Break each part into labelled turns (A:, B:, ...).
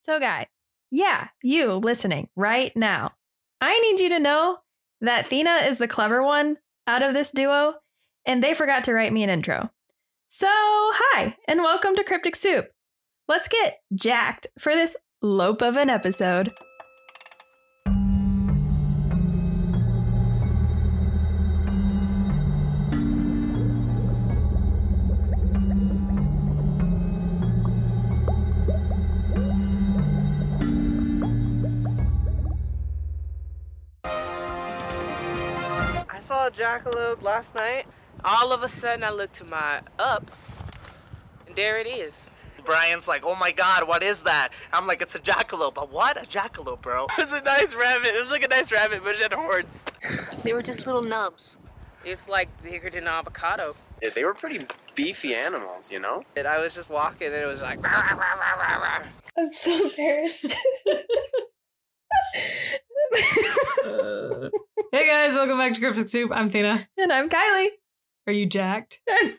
A: So, guys, yeah, you listening right now, I need you to know that Thena is the clever one out of this duo, and they forgot to write me an intro. So, hi, and welcome to Cryptic Soup. Let's get jacked for this lope of an episode.
B: I saw a jackalope last night. All of a sudden, I look to my up, and there it is.
C: Brian's like, oh my god, what is that? I'm like, it's a jackalope. But what? A jackalope, bro.
B: It was a nice rabbit. It was like a nice rabbit, but it had horns.
D: They were just little nubs.
B: It's like bigger than an avocado.
E: Yeah, they were pretty beefy animals, you know?
B: And I was just walking, and it was like. "Rah, rah, rah, rah, rah, rah."
A: I'm so embarrassed.
F: Hey guys, welcome back to Cryptic Soup. I'm Thena.
A: and I'm Kylie.
F: Are you jacked
A: I'm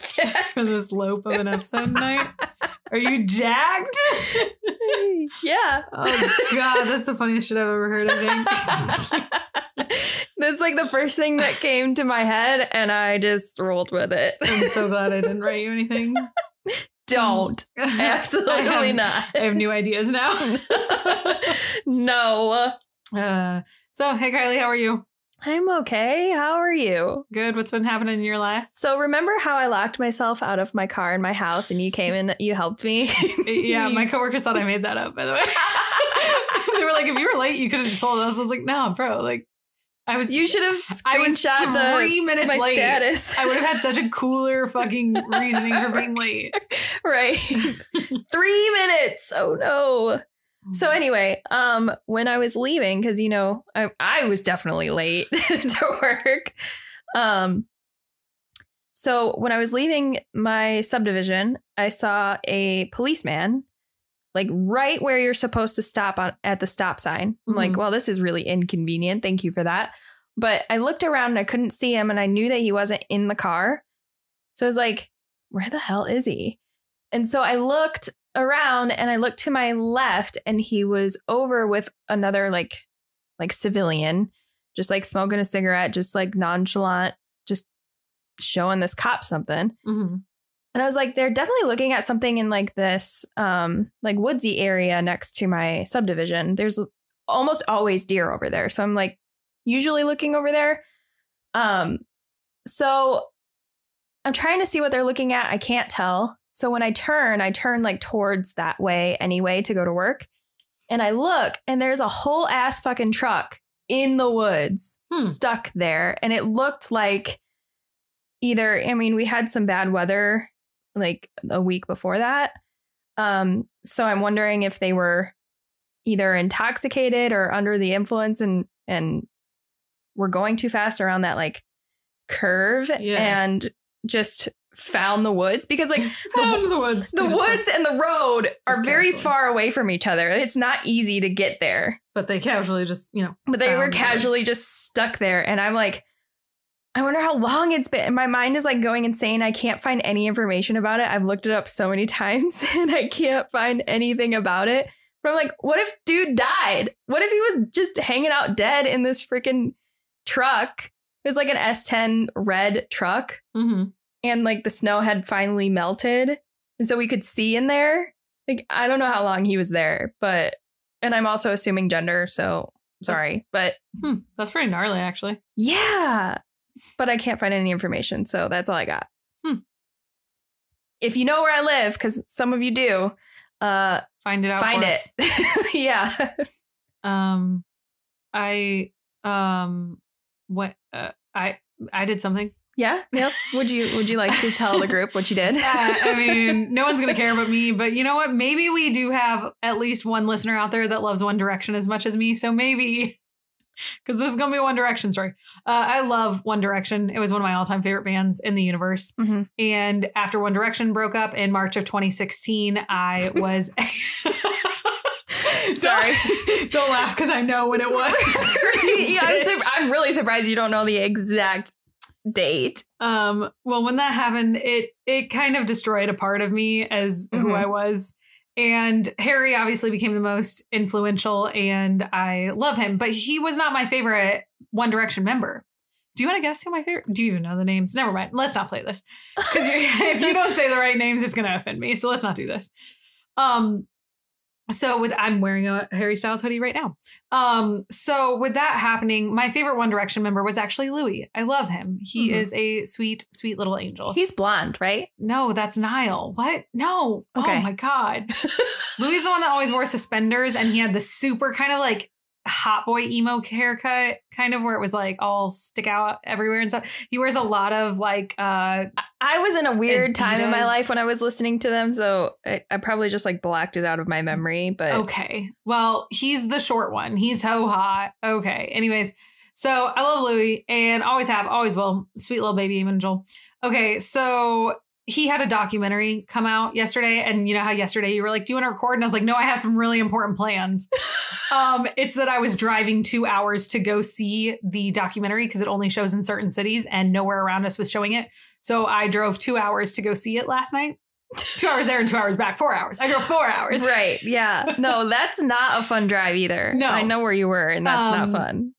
F: for this lope of an episode night? Are you jacked?
A: yeah.
F: Oh god, that's the funniest shit I've ever heard, I think.
A: That's like the first thing that came to my head, and I just rolled with it.
F: I'm so glad I didn't write you anything.
A: Don't.
F: I
A: Absolutely
F: have,
A: not.
F: I have new ideas now.
A: no.
F: Uh, so, hey Kylie, how are you?
A: I'm okay. How are you?
F: Good. What's been happening in your life?
A: So, remember how I locked myself out of my car in my house and you came and you helped me?
F: Yeah, my coworkers thought I made that up, by the way. they were like, if you were late, you could have just told us. I was like, no, bro. Like, I was.
A: You should have
F: I was
A: screenshot the,
F: three minutes
A: my
F: late.
A: status.
F: I would have had such a cooler fucking reasoning for being late.
A: right. three minutes. Oh, no. So
F: Mm-hmm.
A: anyway, um, when I was leaving, because you know, I I was definitely late to work. Um, so when I was leaving my subdivision, I saw a policeman, like right where you're supposed to stop on at the stop sign. I'm like,
F: Mhm.
A: well, this is really inconvenient. Thank you for that. But I looked around and I couldn't see him, and I knew that he wasn't in the car. So I was like, where the hell is he? And so I looked around and I looked to my left and he was over with another like like civilian, just like smoking a cigarette, just like nonchalant, just showing this cop something.
F: Mm-hmm.
A: And I was like, they're definitely looking at something in like this um like woodsy area next to my subdivision. There's almost always deer over there. So I'm like usually looking over there. Um so I'm trying to see what they're looking at. I can't tell. So when I turn, I turn like towards that way anyway to go to work. And I look and there's a whole ass fucking truck in the woods
F: Hmm.
A: stuck there and it looked like either I mean we had some bad weather like a week before that. Um, so I'm wondering if they were either intoxicated or under the influence and and were going too fast around that like curve
F: Yeah.
A: and just found the woods because like
F: Found the, woods.
A: the
F: They're just like-
A: woods and the road are
F: Just
A: very
F: casually.
A: far away from each other. It's not easy to get there.
F: but they casually just, you know.
A: But they were
F: found the
A: casually
F: woods.
A: just stuck there and I'm like I wonder how long it's been. My mind is like going insane. I can't find any information about it. I've looked it up so many times and I can't find anything about it. But I'm like, what if dude died? What if he was just hanging out dead in this freaking truck? It was like an S10 red truck
F: Mhm.
A: and like the snow had finally melted and so we could see in there like i don't know how long he was there but and i'm also assuming gender so
F: That's-
A: sorry but
F: Hmm. That's pretty gnarly, actually.
A: yeah but i can't find any information so that's all i got
F: Hmm.
A: if you know where i live because some of you do uh
F: Find it out.
A: find
F: for
A: it
F: us.
A: yeah
F: Um, I um, what uh, I I did something.
A: yeah yep would you would you like to tell the group what you did
F: Uh, I mean, no one's gonna care but me. But you know what? Maybe we do have at least one listener out there that loves One Direction as much as me. So maybe. Because this is gonna be a One Direction story. Uh, I love One Direction. It was one of my all-time favorite bands in the universe.
A: Mhm.
F: And after One Direction broke up in March of 2016, I was.
A: Sorry.
F: Don't, don't laugh because I know when it was.
A: yeah, I'm,
F: Bitch.
A: sur- I'm really surprised you don't know the exact date
F: Um, well, when that happened, it it kind of destroyed a part of me as who
A: Mhm.
F: I was. And Harry obviously became the most influential, and I love him, but he was not my favorite One Direction member. Do you want to guess who my favorite? Do you even know the names? Never mind. Let's not play this because if you don't say the right names, it's going to offend me. So let's not do this. Um, so with I'm wearing a Harry Styles hoodie right now. Um, so with that happening, my favorite One Direction member was actually Louis. I love him. He
A: Mhm.
F: is a sweet, sweet little angel.
A: He's blonde, right?
F: No, that's Niall. What? No.
A: Okay.
F: Oh my God. Louis is the one that always wore suspenders and he had the super kind of like hot boy emo haircut, kind of where it was like all stick out everywhere and stuff. He wears a lot of like uh
A: I was in a weird time in my
F: Adidas.
A: life when I was listening to them, so I, I probably just like blacked it out of my memory. But
F: okay. Well, he's the short one. He's so hot. Okay. Anyways, so I love Louis and always have, always will. Sweet little baby angel. Okay, so he had a documentary come out yesterday, and you know how yesterday you were like, "Do you want to record?" And I was like, "No, I have some really important plans." um, it's that I was driving two hours to go see the documentary because it only shows in certain cities, and nowhere around us was showing it. So I drove two hours to go see it last night. two hours there and two hours back. Four hours. I drove four hours.
A: right, yeah, no, that's not a fun drive either.
F: No.
A: I know where you were, and that's not
F: Um,
A: fun.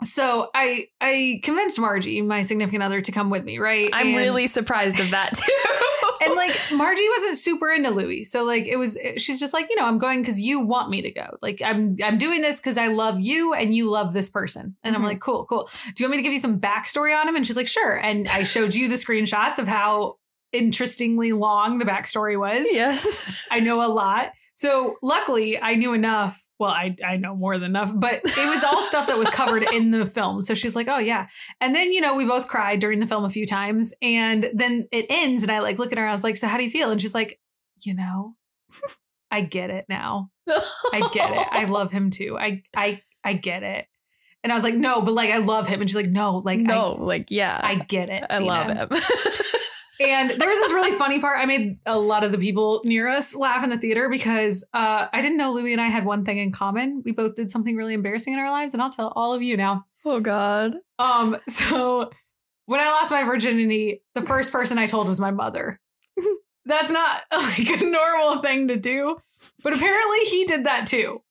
F: So I I convinced Margie, my significant other, to come with me. Right.
A: I'm
F: And-
A: really surprised of that too.
F: and like Margie wasn't super into Louis, so like it was. She's just like, you know, I'm going because you want me to go. Like I'm, I'm doing this because I love you and you love this person. And
A: Mhm.
F: I'm like, cool, cool. Do you want me to give you some backstory on him? And she's like, sure. And I showed you the screenshots of how interestingly long the backstory was.
A: yes,
F: I know a lot. So luckily, I knew enough. Well, I I know more than enough, but it was all stuff that was covered in the film. So she's like, "Oh yeah." And then you know we both cried during the film a few times, and then it ends, and I like look at her. I was like, "So how do you feel?" And she's like, "You know, I get it now. I get it. I love him too. I I I get it." And I was like, "No, but like I love him." And she's like, "No, like
A: no, like yeah,
F: I, I get it.
A: I love
F: it."
A: him.
F: And there was this really funny part. I made a lot of the people near us laugh in the theater because uh, I didn't know Louis and I had one thing in common. We both did something really embarrassing in our lives, and I'll tell all of you now.
A: oh God,
F: Um, so when I lost my virginity, the first person I told was my mother. That's not like a normal thing to do, but apparently he did that too.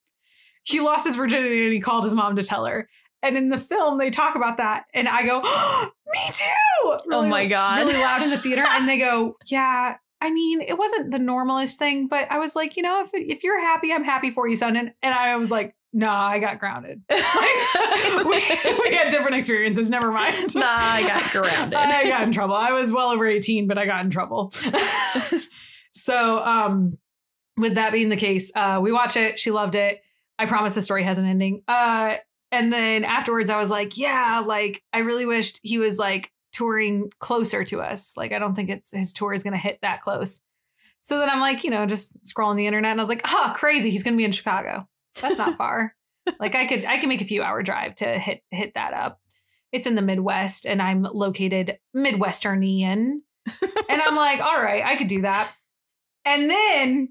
F: He lost his virginity and he called his mom to tell her. And in the film, they talk about that, and I go, "Me too!"
A: oh my God,
F: really loud in the theater and they go, Yeah, I mean, it wasn't the normalest thing, but I was like, you know, if if you're happy, I'm happy for you, son. And, and I was like, no, I got grounded. Like, we, we had different experiences. Never mind.
A: nah, I got grounded.
F: I got in trouble. I was well over 18, but I got in trouble. so, um, with that being the case, uh, we watch it. She loved it. I promise the story has an ending. Uh, and then afterwards, I was like, yeah, like I really wished he was like touring closer to us. Like, I don't think it's his tour is going to hit that close. So then I'm like, you know, just scrolling the internet and I was like, oh, crazy. He's going to be in Chicago. That's not far. like I could, I can make a few hour drive to hit, hit that up it's in the Midwest and I'm located Midwesternian. and I'm like, all right, I could do that. And then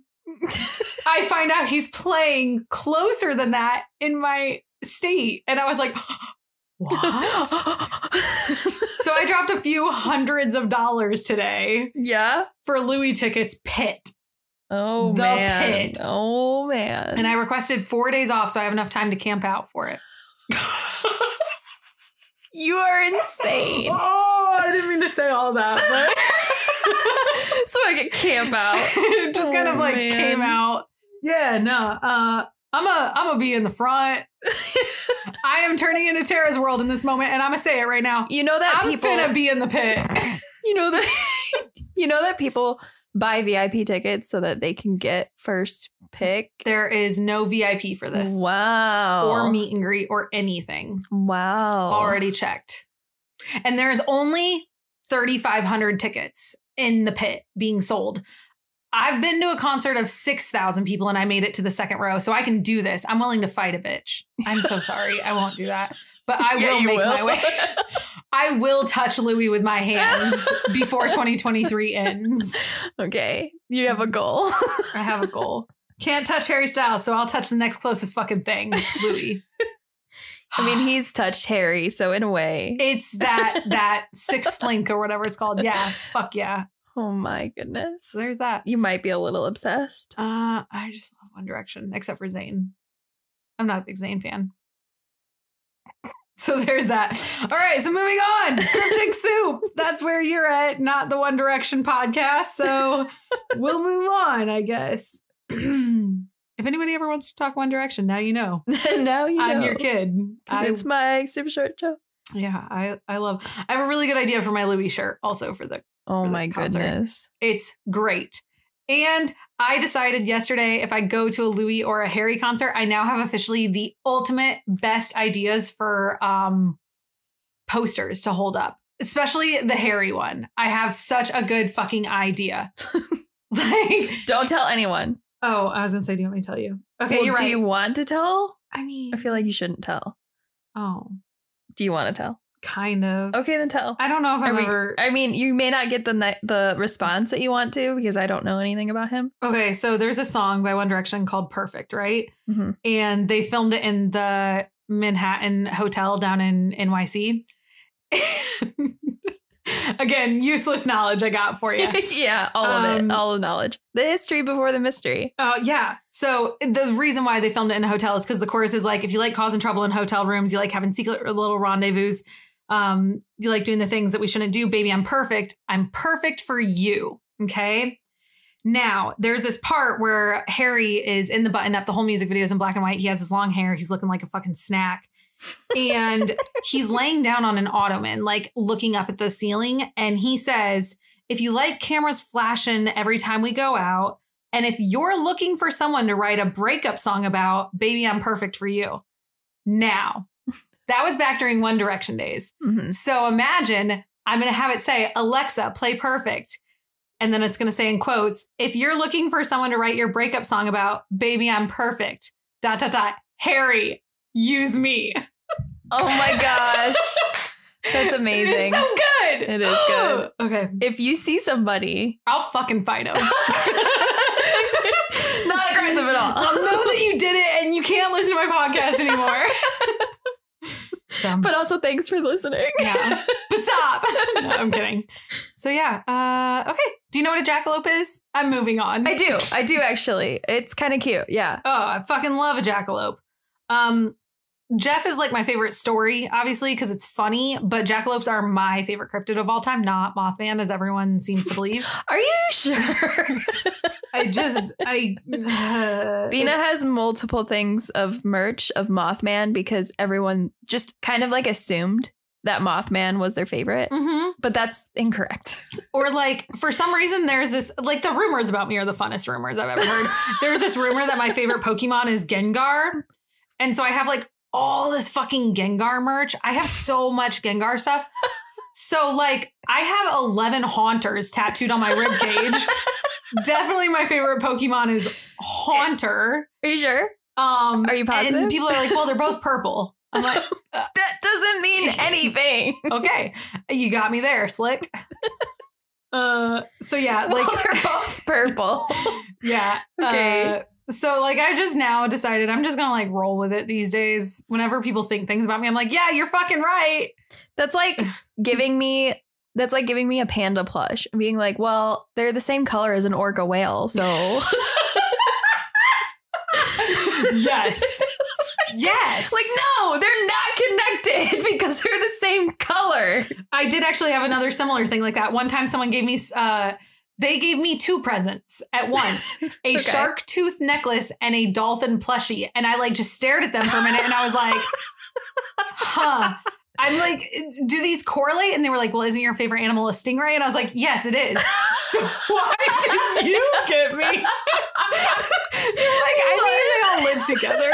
F: I find out he's playing closer than that in my state. And I was like, what? so I dropped a few hundreds of dollars today
A: yeah.
F: for Louis tickets pit.
A: Oh
F: The
A: man.
F: pit.
A: Oh man.
F: And I requested four days off so I have enough time to camp out for it.
A: you are insane.
F: Oh, I didn't mean to say all that, but
A: so I could camp out.
F: It just kind of
A: Oh,
F: like
A: man.
F: came out. Yeah, no. Uh I'm a I'm gonna be in the front. I am turning into Tara's world in this moment, and I'm gonna say it right now.
A: You know that
F: I'm
A: people.
F: gonna be in the pit.
A: you know that. you know that people buy VIP tickets so that they can get first pick.
F: There is no VIP for this.
A: Wow.
F: Or meet and greet or anything.
A: Wow.
F: Already checked. And there is only 3,500 tickets in the pit being sold. I've been to a concert of 6,000 people and I made it to the second row, so I can do this. I'm willing to fight a bitch. I'm so sorry. I won't do that. But I
A: Yeah,
F: will
A: you
F: make my
A: will.
F: way. I will touch Louis with my hands before 2023 ends.
A: Okay. You have a goal.
F: I have a goal. Can't touch Harry Styles, so I'll touch the next closest fucking thing, Louis.
A: I mean, he's touched Harry, so in a way.
F: It's that that sixth link or whatever it's called. Yeah, fuck yeah.
A: Oh my goodness.
F: So there's that.
A: You might be a little obsessed.
F: Uh, I just love One Direction, except for Zayn. I'm not a big Zayn fan. So there's that. All right, so moving on. Cryptic Soup. That's where you're at, not the One Direction podcast. So we'll move on, I guess. if anybody ever wants to talk One Direction, now you know.
A: now you
F: I'm
A: know,
F: your kid.
A: 'cause
F: I-
A: it's my super short show.
F: yeah, I, I love. I have a really good idea for my Louis shirt, also for the
A: Oh
F: the
A: my
F: concert.
A: goodness.
F: It's great. And I decided yesterday if I go to a Louis or a Harry concert, I now have officially the ultimate best ideas for um posters to hold up. Especially the Harry one. I have such a good fucking idea. like
A: Don't tell anyone.
F: Oh, I was gonna say, do you want me to tell you? Okay,
A: Well,
F: you're
A: do
F: right.
A: you want to tell?
F: I mean
A: I feel like you shouldn't tell.
F: Oh,
A: Do you want to tell?
F: kind of.
A: Okay, then tell.
F: I don't know if
A: I
F: I've
A: mean,
F: ever
A: I mean, you may not get the ni- the response that you want to because I don't know anything about him.
F: Okay, so there's a song by One Direction called Perfect, right?
A: Mhm.
F: And they filmed it in the Manhattan Hotel down in NYC. Again, useless knowledge I got for you.
A: yeah, all of
F: Um,
A: it, all the knowledge, the history before the mystery.
F: Uh, yeah. So the reason why they filmed it in a hotel is because the chorus is like, if you like causing trouble in hotel rooms, you like having secret little rendezvous, um, you like doing the things that we shouldn't do. Baby, I'm perfect. I'm perfect for you. Okay. Now there's this part where Harry is in the button up. The whole music video is in black and white. He has his long hair. He's looking like a fucking snack. and he's laying down on an ottoman, like looking up at the ceiling. And he says, If you like cameras flashing every time we go out, and if you're looking for someone to write a breakup song about, baby, I'm perfect for you. Now, that was back during One Direction days.
A: Mhm.
F: So imagine I'm going to have it say, Alexa, play perfect. And then it's going to say in quotes, if you're looking for someone to write your breakup song about, baby, I'm perfect, dot, dot, dot, Harry, use me.
A: Oh my gosh, that's
F: It's
A: amazing.
F: so good.
A: It is good.
F: okay.
A: if you see somebody,
F: I'll fucking fight him.
A: Not aggressive at all.
F: I'll know that you did it and you can't listen to my podcast anymore. so,
A: but also thanks for listening.
F: yeah. But stop. No, I'm kidding. So yeah. Uh, okay. Do you know what a jackalope is? I'm moving on.
A: I do, I do actually. It's kind of cute. Yeah,
F: Oh, I fucking love a jackalope. Um, Jeff is like my favorite story, obviously, because it's funny, but jackalopes are my favorite cryptid of all time, not Mothman, as everyone seems to believe.
A: are you sure?
F: I just, I. Uh,
A: Dina
F: it's-
A: has multiple things of merch of Mothman because everyone just kind of like assumed that Mothman was their favorite,
F: Mhm.
A: but that's incorrect.
F: Or like for some reason there's this like the rumors about me are the funnest rumors I've ever heard. there's this rumor that my favorite Pokemon is Gengar. And so I have like all this fucking Gengar merch. I have so much Gengar stuff. So like I have 11 Haunters tattooed on my rib cage. Definitely my favorite Pokemon is Haunter.
A: Are you sure?
F: Um
A: Are you positive?
F: And people are like, "Well, they're both purple." I'm like,
A: That doesn't mean anything.
F: "Okay, you got me there, slick." Uh so yeah, like
A: Well, they're both purple.
F: Yeah.
A: Okay.
F: uh, so like I just now decided I'm just gonna like roll with it these days. Whenever people think things about me, I'm like, yeah, you're fucking right.
A: That's like giving me that's like giving me a panda plush and being like, well, they're the same color as an orca whale, so
F: yes. yes.
A: like no, they're not connected because they're the same color.
F: I did actually have another similar thing like that. One time someone gave me uh they gave me two presents at once. A
A: Okay.
F: shark tooth necklace and a dolphin plushie. And I like just stared at them for a minute and I was like, huh. I'm like, do these correlate? And they were like, well, isn't your favorite animal a stingray? And I was like, yes, it is. So why did you get me? You're like, I mean, they all live together.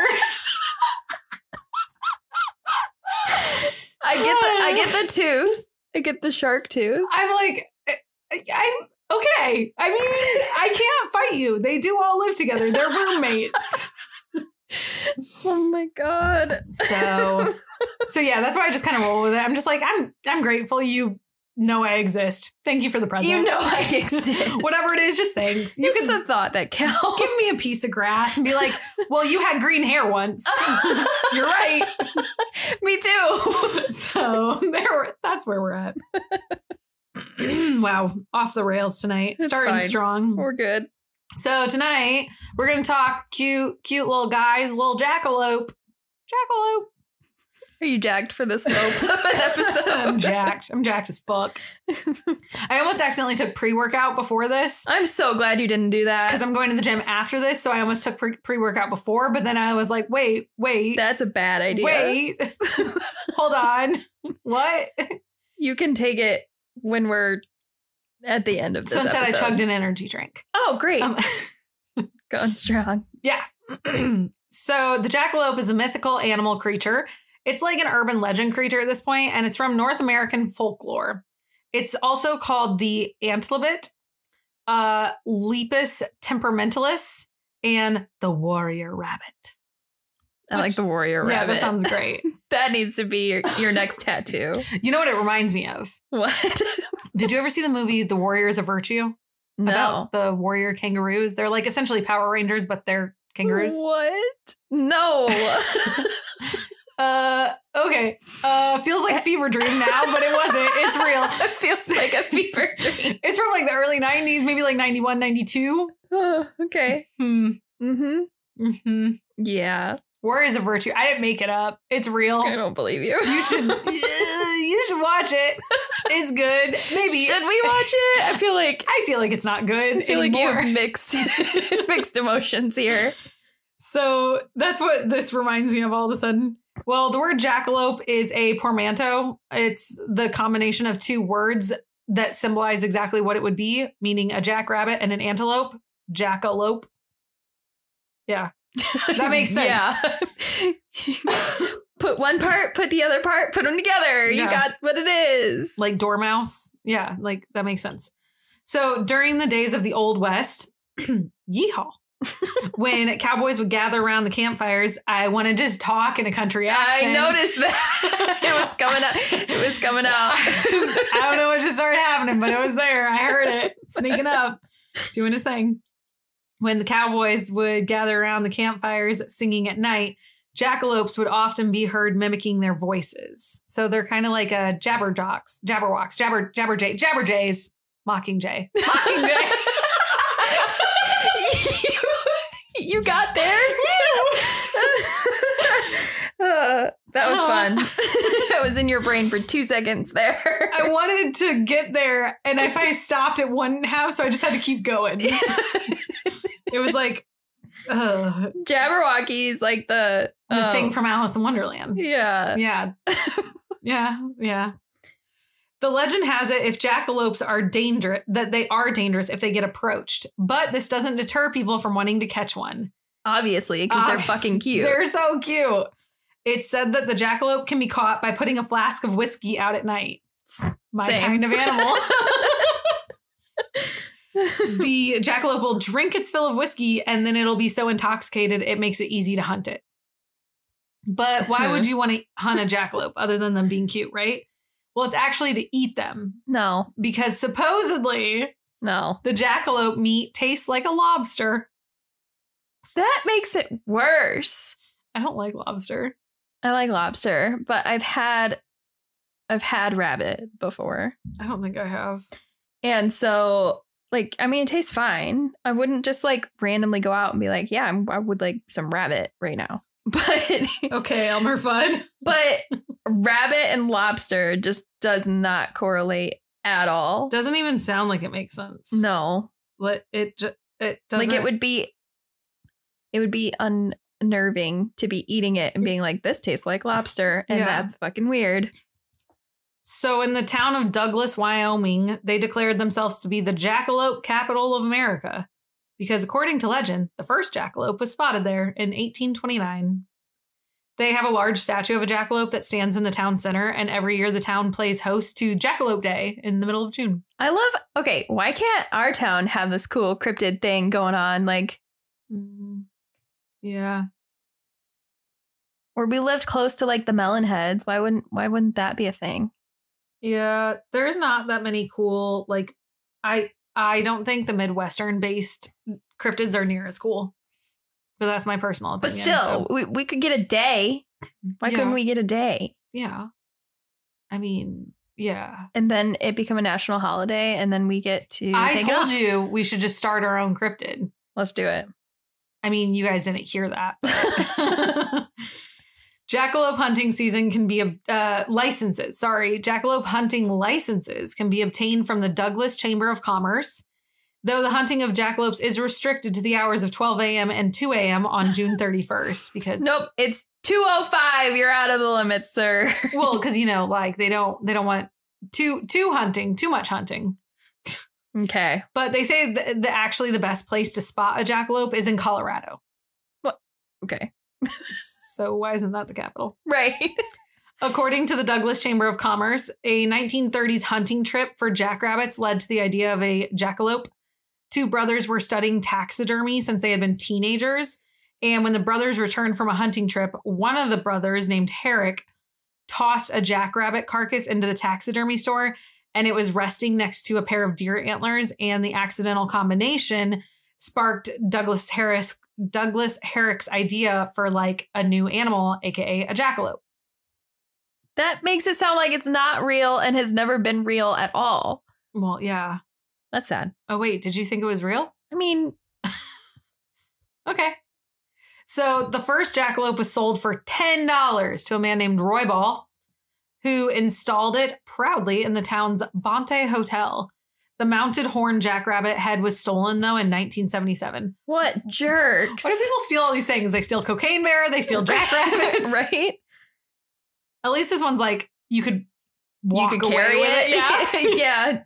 A: I get the I get the tooth. I get the shark tooth.
F: I'm like, I- I'm okay. I mean, I can't fight you. They do all live together. They're roommates.
A: Oh my god.
F: So, so yeah, that's why I just kind of roll with it. I'm just like, I'm, I'm grateful you know I exist. Thank you for the present.
A: You know I exist.
F: Whatever it is, just thanks. You
A: You
F: can
A: it's the thought that counts.
F: give me a piece of grass and be like, well, you had green hair once. You're right.
A: me too.
F: So there, we're- that's where we're at. wow, off the rails tonight.
A: It's
F: Starting
A: fine.
F: strong.
A: We're good.
F: So tonight we're gonna talk cute, cute little guys, little jackalope, jackalope.
A: Are you jagged for this lope of an
F: I'm
A: episode?
F: jacked. I'm jacked as fuck. I almost accidentally took pre workout before this
A: I'm so glad you didn't do
F: because
A: that.
F: I'm going to the gym after this. So I almost took pre workout before, but then I was like, wait, wait,
A: That's a bad idea.
F: wait, hold on, what?
A: You can take it when we're at the end of this.
F: So instead,
A: episode.
F: I chugged an energy drink.
A: Oh, great.
F: Um,
A: Going strong.
F: so the jackalope is a mythical animal creature. It's like an urban legend creature at this point, and it's from North American folklore. It's also called the antelopet, uh, Lepus temperamentalis, and the warrior rabbit.
A: I like the warrior
F: Yeah,
A: rabbit.
F: that sounds great.
A: That needs to be your, your next tattoo.
F: you know what it reminds me of?
A: What?
F: Did you ever see the movie The Warriors of Virtue
A: No.
F: about the warrior kangaroos? They're like essentially Power Rangers, but they're kangaroos.
A: What? No.
F: Uh, okay. Uh, feels like a fever dream now, but it wasn't. It's real.
A: it feels like a fever dream.
F: It's from like the early 90s, maybe like 91, 92.
A: Oh, okay.
F: Hmm.
A: Mm-hmm.
F: Mm-hmm.
A: Yeah.
F: Warriors of Virtue. I didn't make it up. It's real.
A: I don't believe you.
F: You should you should watch it. It's good. Maybe
A: Should we watch it? I feel like
F: I feel like it's not good.
A: I feel like you
F: anymore.
A: have mixed mixed emotions here.
F: So that's what this reminds me of all of a sudden. Well, the word jackalope is a portmanteau. It's the combination of two words that symbolize exactly what it would be, meaning a jackrabbit and an antelope. Jackalope. That makes sense.
A: Yeah. put one part, put the other part, put them together. You
F: Yeah.
A: got what it is.
F: like dormouse. Yeah, like that makes sense. So during the days of the Old West, yeehaw, when cowboys would gather around the campfires, I want to just talk in a country accent.
A: I noticed that it was coming up. It was coming out.
F: I don't know what just started happening, but it was there. I heard it sneaking up, doing his thing. When the cowboys would gather around the campfires singing at night, jackalopes would often be heard mimicking their voices. So they're kind of like a jabberjocks, jabberwocks, jabber jabberjay, jabberjays, mockingjay, mockingjay.
A: you, you got there. Uh, that was fun. that was in your brain for two seconds there.
F: I wanted to get there, and if I stopped, it wouldn't have. So I just had to keep going. It was like ugh,
A: Jabberwockies, like the
F: the
A: um,
F: thing from Alice in Wonderland.
A: yeah.
F: Yeah. yeah. Yeah. The legend has it if jackalopes are dangerous, that they are dangerous if they get approached. But this doesn't deter people from wanting to catch one.
A: Obviously, because they're
F: Obviously.
A: fucking cute.
F: They're so cute. It's said that the jackalope can be caught by putting a flask of whiskey out at night. My
A: Same.
F: kind of animal. the jackalope will drink its fill of whiskey and then it'll be so intoxicated it makes it easy to hunt it. But why would you want to hunt a jackalope other than them being cute, right? Well, it's actually to eat them
A: no,
F: because supposedly
A: no.
F: the jackalope meat tastes like a lobster.
A: That makes it worse.
F: I don't like lobster.
A: I like lobster, but I've had I've had rabbit before.
F: I don't think I have.
A: And so like I mean it tastes fine. I wouldn't just like randomly go out and be like, yeah, I'm, I would like some rabbit right now. But
F: Okay, Elmer Fudd.
A: but rabbit and lobster just does not correlate at all.
F: Doesn't even sound like it makes sense.
A: no.
F: Let- it ju- it doesn't.
A: Like it would be it would be unnerving to be eating it and being like this tastes like lobster and
F: Yeah.
A: that's fucking weird.
F: So in the town of Douglas, Wyoming, they declared themselves to be the jackalope capital of America, because according to legend, the first jackalope was spotted there in 1829. They have a large statue of a jackalope that stands in the town center, and every year the town plays host to Jackalope Day in the middle of June.
A: I love. Okay, why can't our town have this cool cryptid thing going on? Like, Mm-hmm.
F: Yeah,
A: or we lived close to like the melon heads. Why wouldn't Why wouldn't that be a thing?
F: yeah. There's not that many cool like I I don't think the Midwestern based cryptids are near as cool, but that's my personal
A: But
F: opinion.
A: still, we, we could get a day. Why
F: Yeah.
A: couldn't we get a day?
F: Yeah. I mean, Yeah.
A: and then it become a national holiday, and then we get to
F: I
A: take it
F: told
A: off.
F: you we should just start our own cryptid.
A: Let's do it.
F: I mean, you guys didn't hear that. but- Jackalope hunting season can be ob- uh, licenses. Sorry, jackalope hunting licenses can be obtained from the Douglas Chamber of Commerce. Though the hunting of jackalopes is restricted to the hours of 12 a.m. and 2 a.m. on June 31st, because
A: Nope, it's two oh five. You're out of the limit, sir.
F: well, because you know, like they don't they don't want too too hunting, too much hunting.
A: okay.
F: But they say th- the actually the best place to spot a jackalope is in Colorado.
A: Okay.
F: So why isn't that the capital?
A: Right.
F: According to the Douglas Chamber of Commerce, a 1930s hunting trip for jackrabbits led to the idea of a jackalope. Two brothers were studying taxidermy since they had been teenagers. And when the brothers returned from a hunting trip, one of the brothers, named Herrick, tossed a jackrabbit carcass into the taxidermy store and it was resting next to a pair of deer antlers. And the accidental combination sparked Douglas Harris Douglas Herrick's idea for like a new animal, aka a jackalope.
A: That makes it sound like it's not real and has never been real at all.
F: Well, yeah.
A: That's sad.
F: Oh, wait, did you think it was real?
A: I mean,
F: Okay. So the first jackalope was sold for $10 to a man named Roy Ball, who installed it proudly in the town's Bonte Hotel. The mounted horn jackrabbit head was stolen, though, in 1977.
A: what jerks?
F: Why do people steal all these things? They steal cocaine bear, they steal jackrabbits.
A: right?
F: At least this one's like, you could walk
A: you could
F: away
A: carry
F: with
A: it.
F: Yeah.
A: yeah.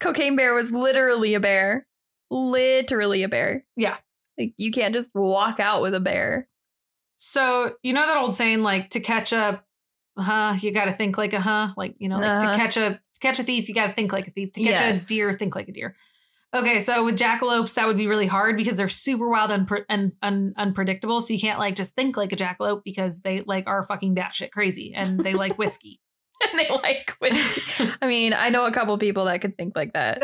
A: Cocaine bear was literally a bear. Literally a bear.
F: Yeah.
A: Like you can't just walk out with a bear.
F: So you know that old saying, like to catch a huh, you got to think like a huh, like you know, like
A: Uh-huh.
F: to catch a to catch a thief, you got to think like a thief. To catch
A: Yes.
F: a deer, think like a deer. Okay, so with jackalopes, that would be really hard because they're super wild and unpre- and un- unpredictable. So you can't like just think like a jackalope because they like are fucking batshit crazy and they like whiskey.
A: And they like whiskey. I mean, I know a couple people that could think like that.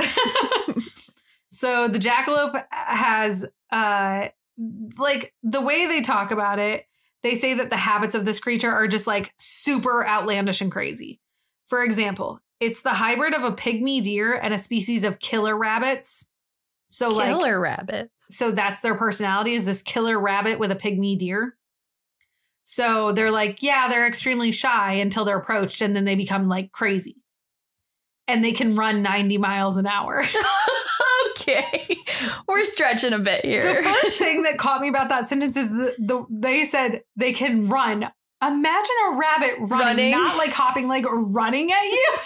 F: so the jackalope has uh like the way they talk about it they say that the habits of this creature are just like super outlandish and crazy for example it's the hybrid of a pygmy deer and a species of killer rabbits so like
A: Killer rabbits.
F: so that's their personality is this killer rabbit with a pygmy deer so they're like yeah they're extremely shy until they're approached and then they become like crazy and they can run 90 miles an hour
A: okay. We're stretching a bit
F: the
A: here.
F: first thing that caught me about that sentence is the, the they said they can run imagine a rabbit running,
A: Running.
F: not like hopping like running at you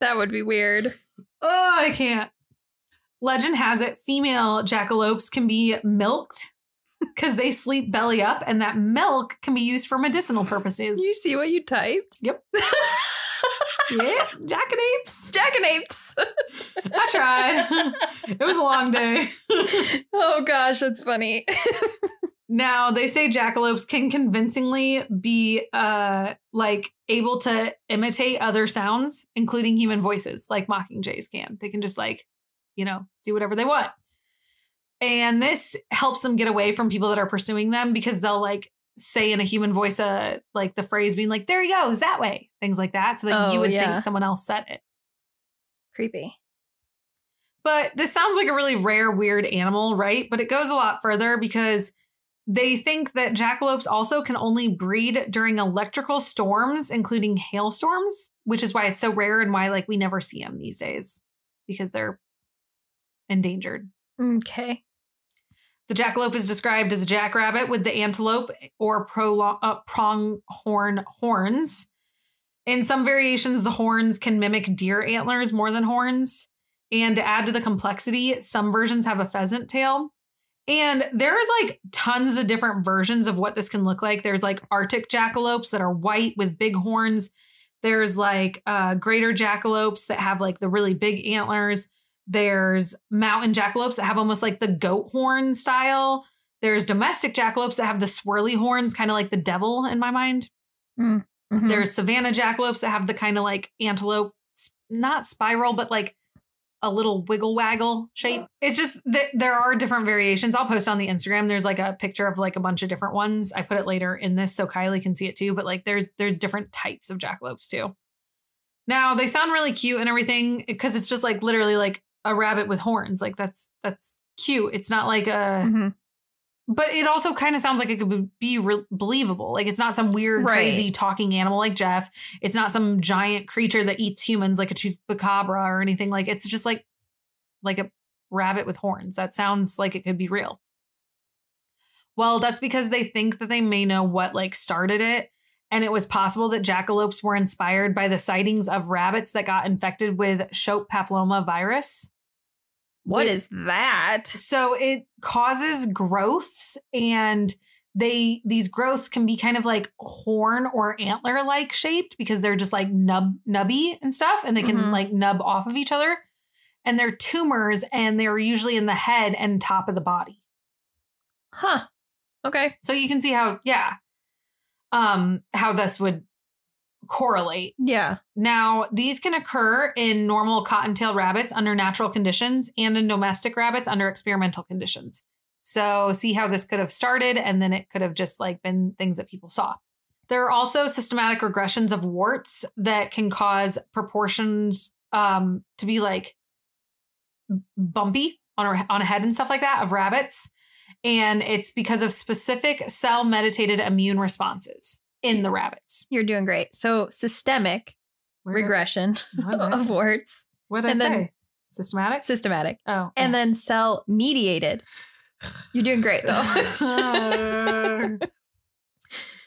A: that would be weird.
F: oh i can't legend has it female jackalopes can be milked because they sleep belly up and that milk can be used for medicinal purposes
A: You see what you typed?
F: Yep. yeah jackanapes
A: Jackanapes.
F: i tried it was a long day
A: oh gosh, that's funny.
F: Now they say jackalopes can convincingly be uh like able to imitate other sounds, including human voices, like mockingjays can. They can just like, you know, do whatever they want. And this helps them get away from people that are pursuing them because they'll like say in a human voice uh like the phrase being like, there he goes, that way, things like that. So that
A: Oh,
F: you would
A: yeah.
F: think someone else said it.
A: Creepy.
F: But this sounds like a really rare, weird animal, right? But it goes a lot further because they think that jackalopes also can only breed during electrical storms, including hailstorms, which is why it's so rare and why like we never see them these days because they're endangered.
A: Okay.
F: The jackalope is described as a jackrabbit with the antelope or prolo- uh, pronghorn horns. In some variations, the horns can mimic deer antlers more than horns. And to add to the complexity, some versions have a pheasant tail. And there's like tons of different versions of what this can look like. There's like Arctic jackalopes that are white with big horns. There's like uh, greater jackalopes that have like the really big antlers. There's mountain jackalopes that have almost like the goat horn style. There's domestic jackalopes that have the swirly horns, kind of like the devil in my mind.
A: Mhm.
F: There's savannah jackalopes that have the kind of like antelope, s- not spiral, but like a little wiggle waggle shape. It's just that there are different variations. I'll post on the Instagram. There's like a picture of like a bunch of different ones. I put it later in this so Kylie can see it too. But like there's there's different types of jackalopes too. Now they sound really cute and everything because it's just like literally like a rabbit with horns. Like that's that's cute. It's not like a.
A: Mhm.
F: But it also kind of sounds like it could be re- believable. Like it's not some weird,
A: Right.
F: crazy talking animal like Jeff. It's not some giant creature that eats humans like a chupacabra or anything. Like it's just like like a rabbit with horns. That sounds like it could be real. Well, that's because they think that they may know what like started it. And it was possible that jackalopes were inspired by the sightings of rabbits that got infected with Shope papilloma virus.
A: What is that?
F: So it causes growths and they these growths can be kind of like horn or antler like shaped because they're just like nub nubby and stuff and they can
A: Mhm.
F: like nub off of each other and they're tumors and they're usually in the head and top of the body.
A: Huh. Okay.
F: So you can see how yeah. Um how this would correlate
A: Yeah.
F: Now, these can occur in normal cottontail rabbits under natural conditions and in domestic rabbits under experimental conditions. So, see how this could have started, and then it could have just like been things that people saw. There are also systematic regressions of warts that can cause proportions um, to be like bumpy on a, on a head and stuff like that of rabbits. And it's because of specific cell meditated immune responses in the rabbits.
A: You're doing great. So systemic regression of warts,
F: What did
A: And
F: I
A: then-
F: say? Systematic?
A: systematic,
F: Oh.
A: and then cell mediated. You're doing great though.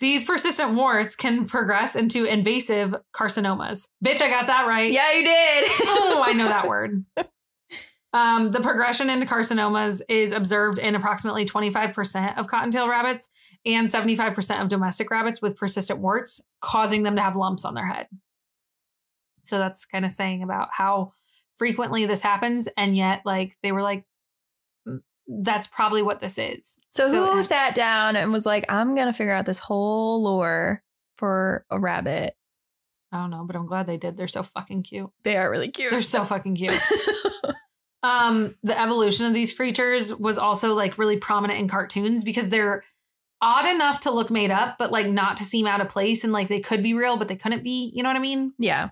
F: These persistent warts can progress into invasive carcinomas. Bitch, I got that right.
A: yeah, you did.
F: Oh, I know that word. Um, the progression into carcinomas is observed in approximately 25% of cottontail rabbits and 75% of domestic rabbits with persistent warts, causing them to have lumps on their head. So that's kind of saying about how frequently this happens. And yet, like, they were like, "Mm, that's probably what this is.
A: So,
F: So eh, it
A: who
F: has-
A: sat down and was like, I'm gonna figure out this whole lore for a rabbit?
F: I don't know, but I'm glad they did. They're so fucking cute.
A: They are really cute.
F: They're so fucking cute. um the evolution of these creatures was also like really prominent in cartoons because they're odd enough to look made up but like not to seem out of place and like they could be real but they couldn't be you know what i mean
A: yeah.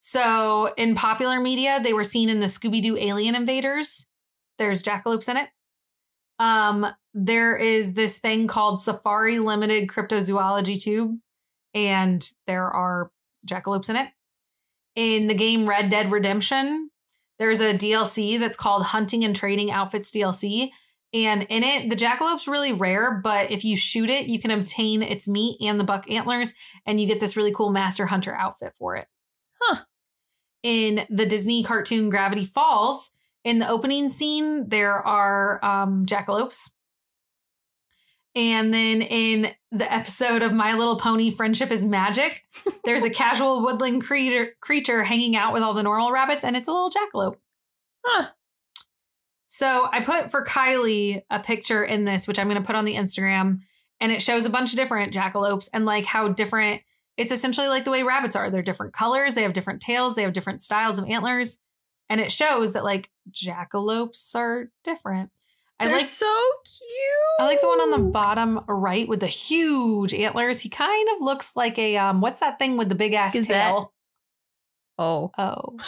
F: so in popular media they were seen in the scooby-doo alien invaders there's jackalopes in it um there is this thing called safari limited cryptozoology tube and there are jackalopes in it in the game red dead redemption there's a DLC that's called Hunting and Trading Outfits DLC. And in it, the jackalope's really rare, but if you shoot it, you can obtain its meat and the buck antlers, and you get this really cool master hunter outfit for it.
A: Huh.
F: In the Disney cartoon Gravity Falls, in the opening scene, there are um, jackalopes. And then in the episode of My Little Pony Friendship is Magic, there's a casual woodland creature, creature hanging out with all the normal rabbits, and it's a little jackalope.
A: Huh.
F: So I put for Kylie a picture in this, which I'm going to put on the Instagram, and it shows a bunch of different jackalopes and like how different it's essentially like the way rabbits are. They're different colors, they have different tails, they have different styles of antlers, and it shows that like jackalopes are different. I
A: They're
F: like
A: so cute.
F: I like the one on the bottom right with the huge antlers. He kind of looks like a um what's that thing with the big ass
A: Gazette?
F: tail?
A: Oh.
F: Oh.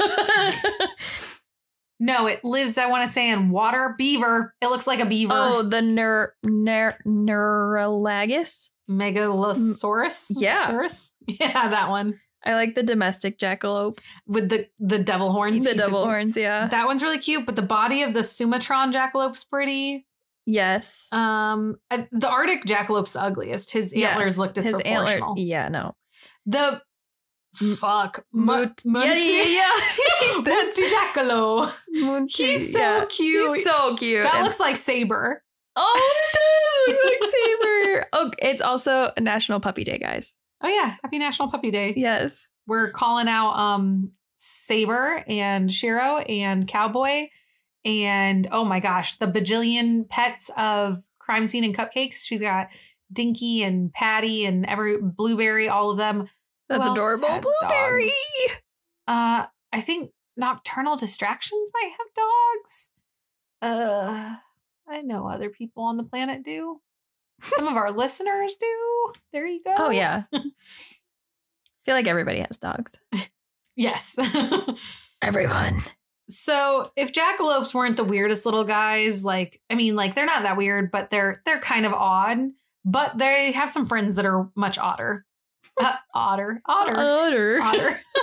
F: No, it lives, I want to say, in water. Beaver. It looks like a beaver.
A: oh, the ner ner neuralagus.
F: Megalosaurus.
A: Yeah.
F: Saurus? Yeah, that one.
A: I like the domestic jackalope.
F: With the the devil horns.
A: The
F: He's a
A: double
F: cute-
A: horns, yeah.
F: That one's really cute, but the body of the Sumatran jackalope's pretty.
A: yes.
F: Um, uh, the Arctic jackalope's the ugliest. His
A: Yes.
F: antlers look
A: His
F: disproportional.
A: antler- yeah, no.
F: The fuck
A: Mut- yeah, yeah, yeah. That's-
F: Munti jackalope. He's so
A: yeah.
F: cute.
A: He's so cute.
F: that
A: And-
F: looks like Saber.
A: oh, dude, like Saber. Oh, it's also National Puppy Day, guys.
F: Oh yeah, happy National Puppy Day.
A: Yes.
F: we're calling out um Saber and Shiro and Cowboy and oh my gosh, the bajillion pets of Crime Scene and Cupcakes. She's got Dinky and Patty and every Blueberry, all of them.
A: That's
F: Who else
A: adorable.
F: has
A: Blueberry.
F: Uh I think Nocturnal Distractions might have dogs. Uh I know other people on the planet do. Some of our listeners do. There you go.
A: Oh yeah. I feel like everybody has dogs.
F: Yes.
A: Everyone.
F: so if jackalopes weren't the weirdest little guys, like I mean, like they're not that weird, but they're they're kind of odd. But they have some friends that are much odder. Uh, odder. Odder.
A: Otter.
F: Odder.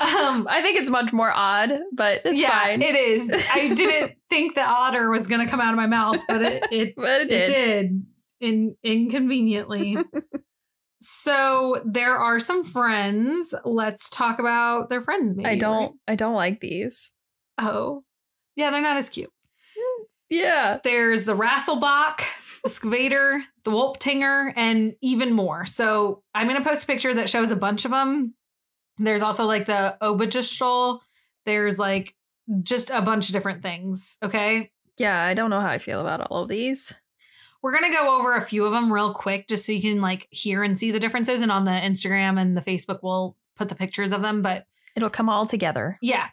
F: um
A: I think it's much more odd, but it's
F: yeah,
A: fine.
F: it is. I didn't think the otter was gonna come out of my mouth, but it, it
A: but it did.
F: It did. In inconveniently. so there are some friends. Let's talk about their friends, maybe.
A: I
F: right?
A: don't. I don't like these.
F: Oh. Yeah, they're not as cute.
A: Yeah.
F: There's the Rasselbach, the Skvader, the Wolptinger, and even more. So I'm gonna post a picture that shows a bunch of them. There's also like the Obagistel. There's like just a bunch of different things. Okay.
A: Yeah. I don't know how I feel about all of these.
F: We're going to go over a few of them real quick just so you can like hear and see the differences. And on the Instagram and the Facebook, we'll put the pictures of them. But
A: It'll come all together.
F: yeah,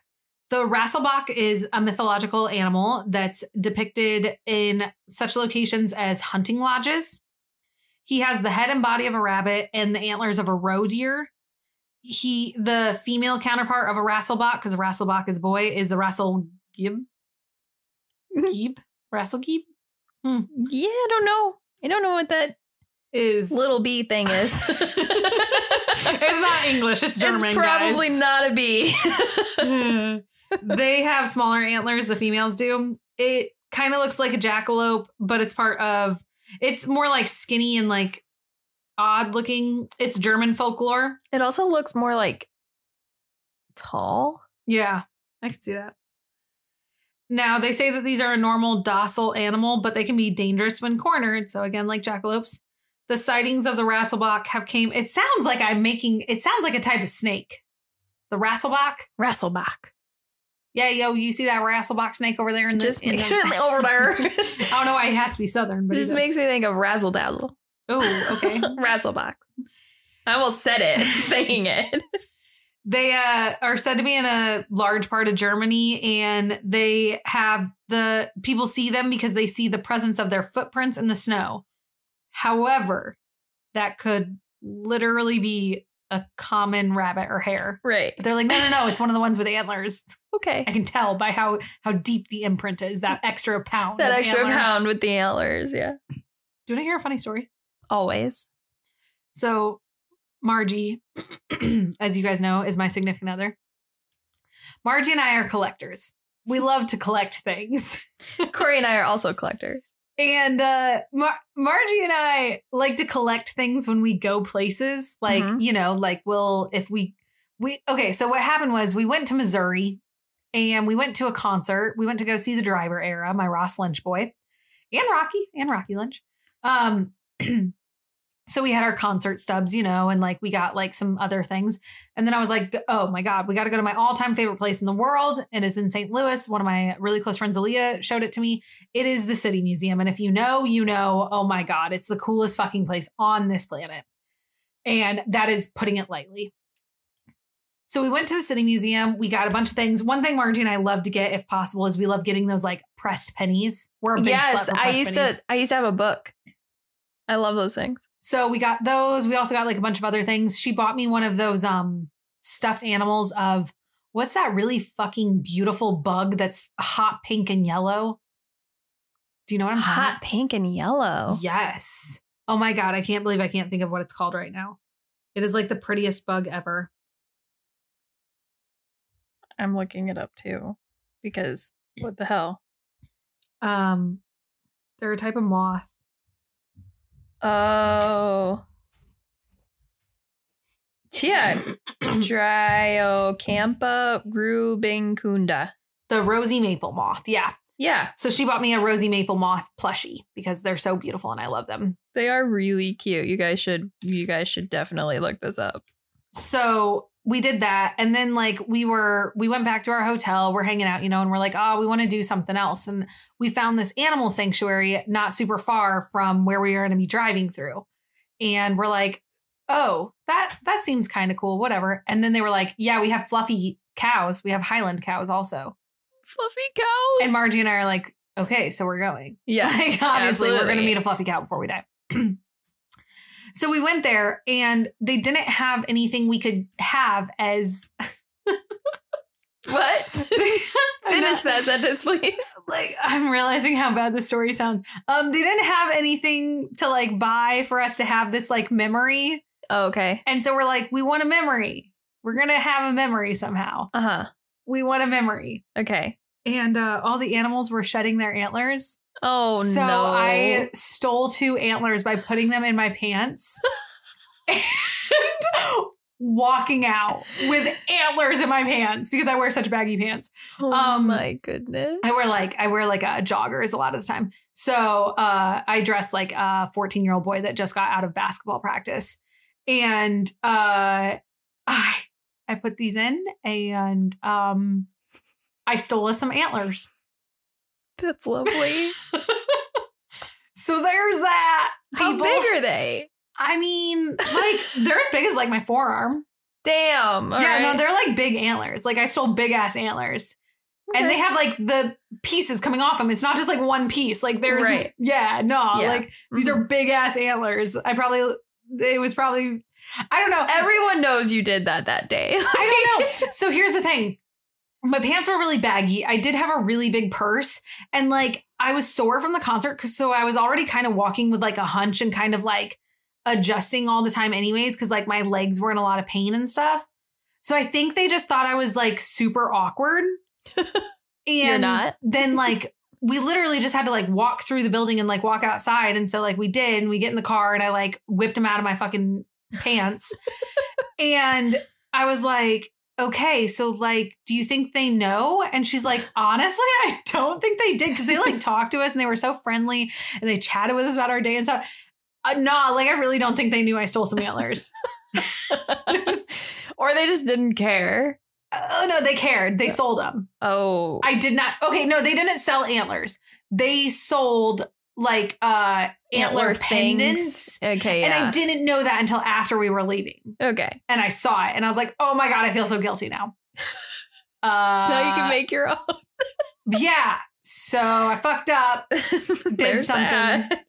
F: the Rasselbach is a mythological animal that's depicted in such locations as hunting lodges. He has the head and body of a rabbit and the antlers of a roe deer. He, the female counterpart of a Rasselbach, because a Rasselbach is boy, is the Rassel Gib. Gib? Rassel Gib?
A: Yeah. I don't know. I don't know what that
F: Is
A: little bee thing is.
F: it's not English. It's German.
A: it's probably
F: guys.
A: not a bee.
F: they have smaller antlers. The females do. It kind of looks like a jackalope, but it's part of. It's more like skinny and like odd looking. It's German folklore.
A: it also looks more like tall.
F: Yeah, I could see that. Now, they say that these are a normal docile animal, but they can be dangerous when cornered. So again, like jackalopes, the sightings of the Rasselbach have came. It sounds like I'm making it sounds like a type of snake. The Rasselbach?
A: Rasselbach.
F: Yeah, yo, you see that Rasselbach snake over there in the,
A: Just
F: in the-
A: over there.
F: I don't know why it has to be southern, but
A: It just makes me think of razzle dazzle.
F: Oh, okay.
A: Rasselbach. I almost said it saying it.
F: they uh, are said to be in a large part of Germany, and they have the people see them because they see the presence of their footprints in the snow. However, that could literally be a common rabbit or hare.
A: Right.
F: But they're like, no, no, no, it's one of the ones with antlers. I
A: Okay.
F: can tell by how how deep the imprint is. That extra pound.
A: That
F: of
A: extra
F: antler.
A: pound with the antlers. Yeah.
F: Do you want to hear a funny story?
A: Always.
F: So, Margie, as you guys know, is my significant other. Margie and I are collectors. We love to collect things.
A: Corey and I are also collectors.
F: And uh, Mar- Margie and I like to collect things when we go places. Like,
A: Mhm.
F: you know, like we'll, if we, we, okay, so what happened was we went to Missouri and we went to a concert. We went to go see the driver era, my Ross Lynch boy and Rocky and Rocky Lynch. Um, so we had our concert stubs, you know, and like we got like some other things. And then I was like, oh my God, we got to go to my all time favorite place in the world. And it's in St. Louis. One of my really close friends, Aaliyah, showed it to me. It is the City Museum. And if you know, you know, oh my God, it's the coolest fucking place on this planet. And that is putting it lightly. So we went to the City Museum. We got a bunch of things. One thing Margie and I love to get, if possible, is we love getting those like pressed pennies. We're a big slut
A: Yes,
F: for
A: I
F: pressed
A: used
F: pennies.
A: to I used to have a book. I love those things.
F: So we got those. We also got like a bunch of other things. She bought me one of those um stuffed animals of what's that really fucking beautiful bug that's hot pink and yellow? Do you know what I'm
A: Hot pink and yellow.
F: talking about? Yes. Oh my god, I can't believe I can't think of what it's called right now. It is like the prettiest bug ever.
A: I'm looking it up too. Because what the hell?
F: Um they're a type of moth.
A: Oh. Chia. Dryocampa rubincunda.
F: The rosy maple moth. Yeah.
A: Yeah,
F: So she bought me a rosy maple moth plushie because they're so beautiful and I love them.
A: they are really cute. You guys should you guys should definitely look this up.
F: so we did that and then like we were we went back to our hotel we're hanging out you know and we're like oh we want to do something else and we found this animal sanctuary not super far from where we were going to be driving through and we're like oh that that seems kind of cool whatever and then they were like yeah we have fluffy cows we have highland cows also
A: Fluffy cows.
F: and margie and i are like okay so we're going
A: Yeah.
F: like, obviously, we're going to
A: absolutely.
F: meet a fluffy cow before we die. so we went there, and they didn't have anything we could have as
A: What? Finish
F: Finish
A: that sentence, please.
F: like I'm realizing how bad the story sounds. Um, they didn't have anything to like buy for us to have this like memory,
A: Oh, okay.
F: and so we're like, we want a memory. We're gonna have a memory somehow.
A: Uh huh.
F: We want a memory,
A: Okay.
F: and uh, all the animals were shedding their antlers.
A: Oh
F: so
A: no.
F: I stole two antlers by putting them in my pants and walking out with antlers in my pants because I wear such baggy pants.
A: oh
F: um,
A: my goodness.
F: I wear like I wear like uh, joggers a lot of the time. So uh, I dress like a 14 year old boy that just got out of basketball practice, and uh, I I put these in and um, I stole us some antlers.
A: that's lovely.
F: So there's that.
A: How
F: people.
A: big are they?
F: I mean, like they're as big as like my forearm.
A: Damn. all
F: yeah, no,
A: right.
F: they're like big antlers. Like I stole big ass antlers, and
A: Okay.
F: they have like the pieces coming off them. It's not just like one piece. Like there's,
A: Right.
F: yeah, no,
A: Yeah. Mm-hmm.
F: like these are big ass antlers. I probably it was probably I don't know.
A: Everyone knows you did that that day.
F: I don't know. So here's the thing. My pants were really baggy. I did have a really big purse and like I was sore from the concert 'cause- so I was already kind of walking with like a hunch and kind of like adjusting all the time anyways cuz like my legs were in a lot of pain and stuff. So I think they just thought I was like super awkward. and
A: not.
F: then like we literally just had to like walk through the building and like walk outside and so like we did and we get in the car and I like whipped him out of my fucking pants. and I was like, okay, so like, do you think they know? And she's like, honestly, I don't think they did because they like talked to us and they were so friendly and they chatted with us about our day and stuff. Uh, no, like I really don't think they knew I stole some antlers.
A: or they just didn't care.
F: oh no, they cared. They sold them.
A: Oh.
F: I did not. Okay, no, they didn't sell antlers. They sold like uh antler,
A: things.
F: pendants.
A: Okay. Yeah.
F: And I didn't know that until after we were leaving.
A: Okay.
F: And I saw it and I was like, oh my God, I feel so guilty now. Uh,
A: now you can make your own.
F: yeah. So I fucked up.
A: There's
F: something.
A: that.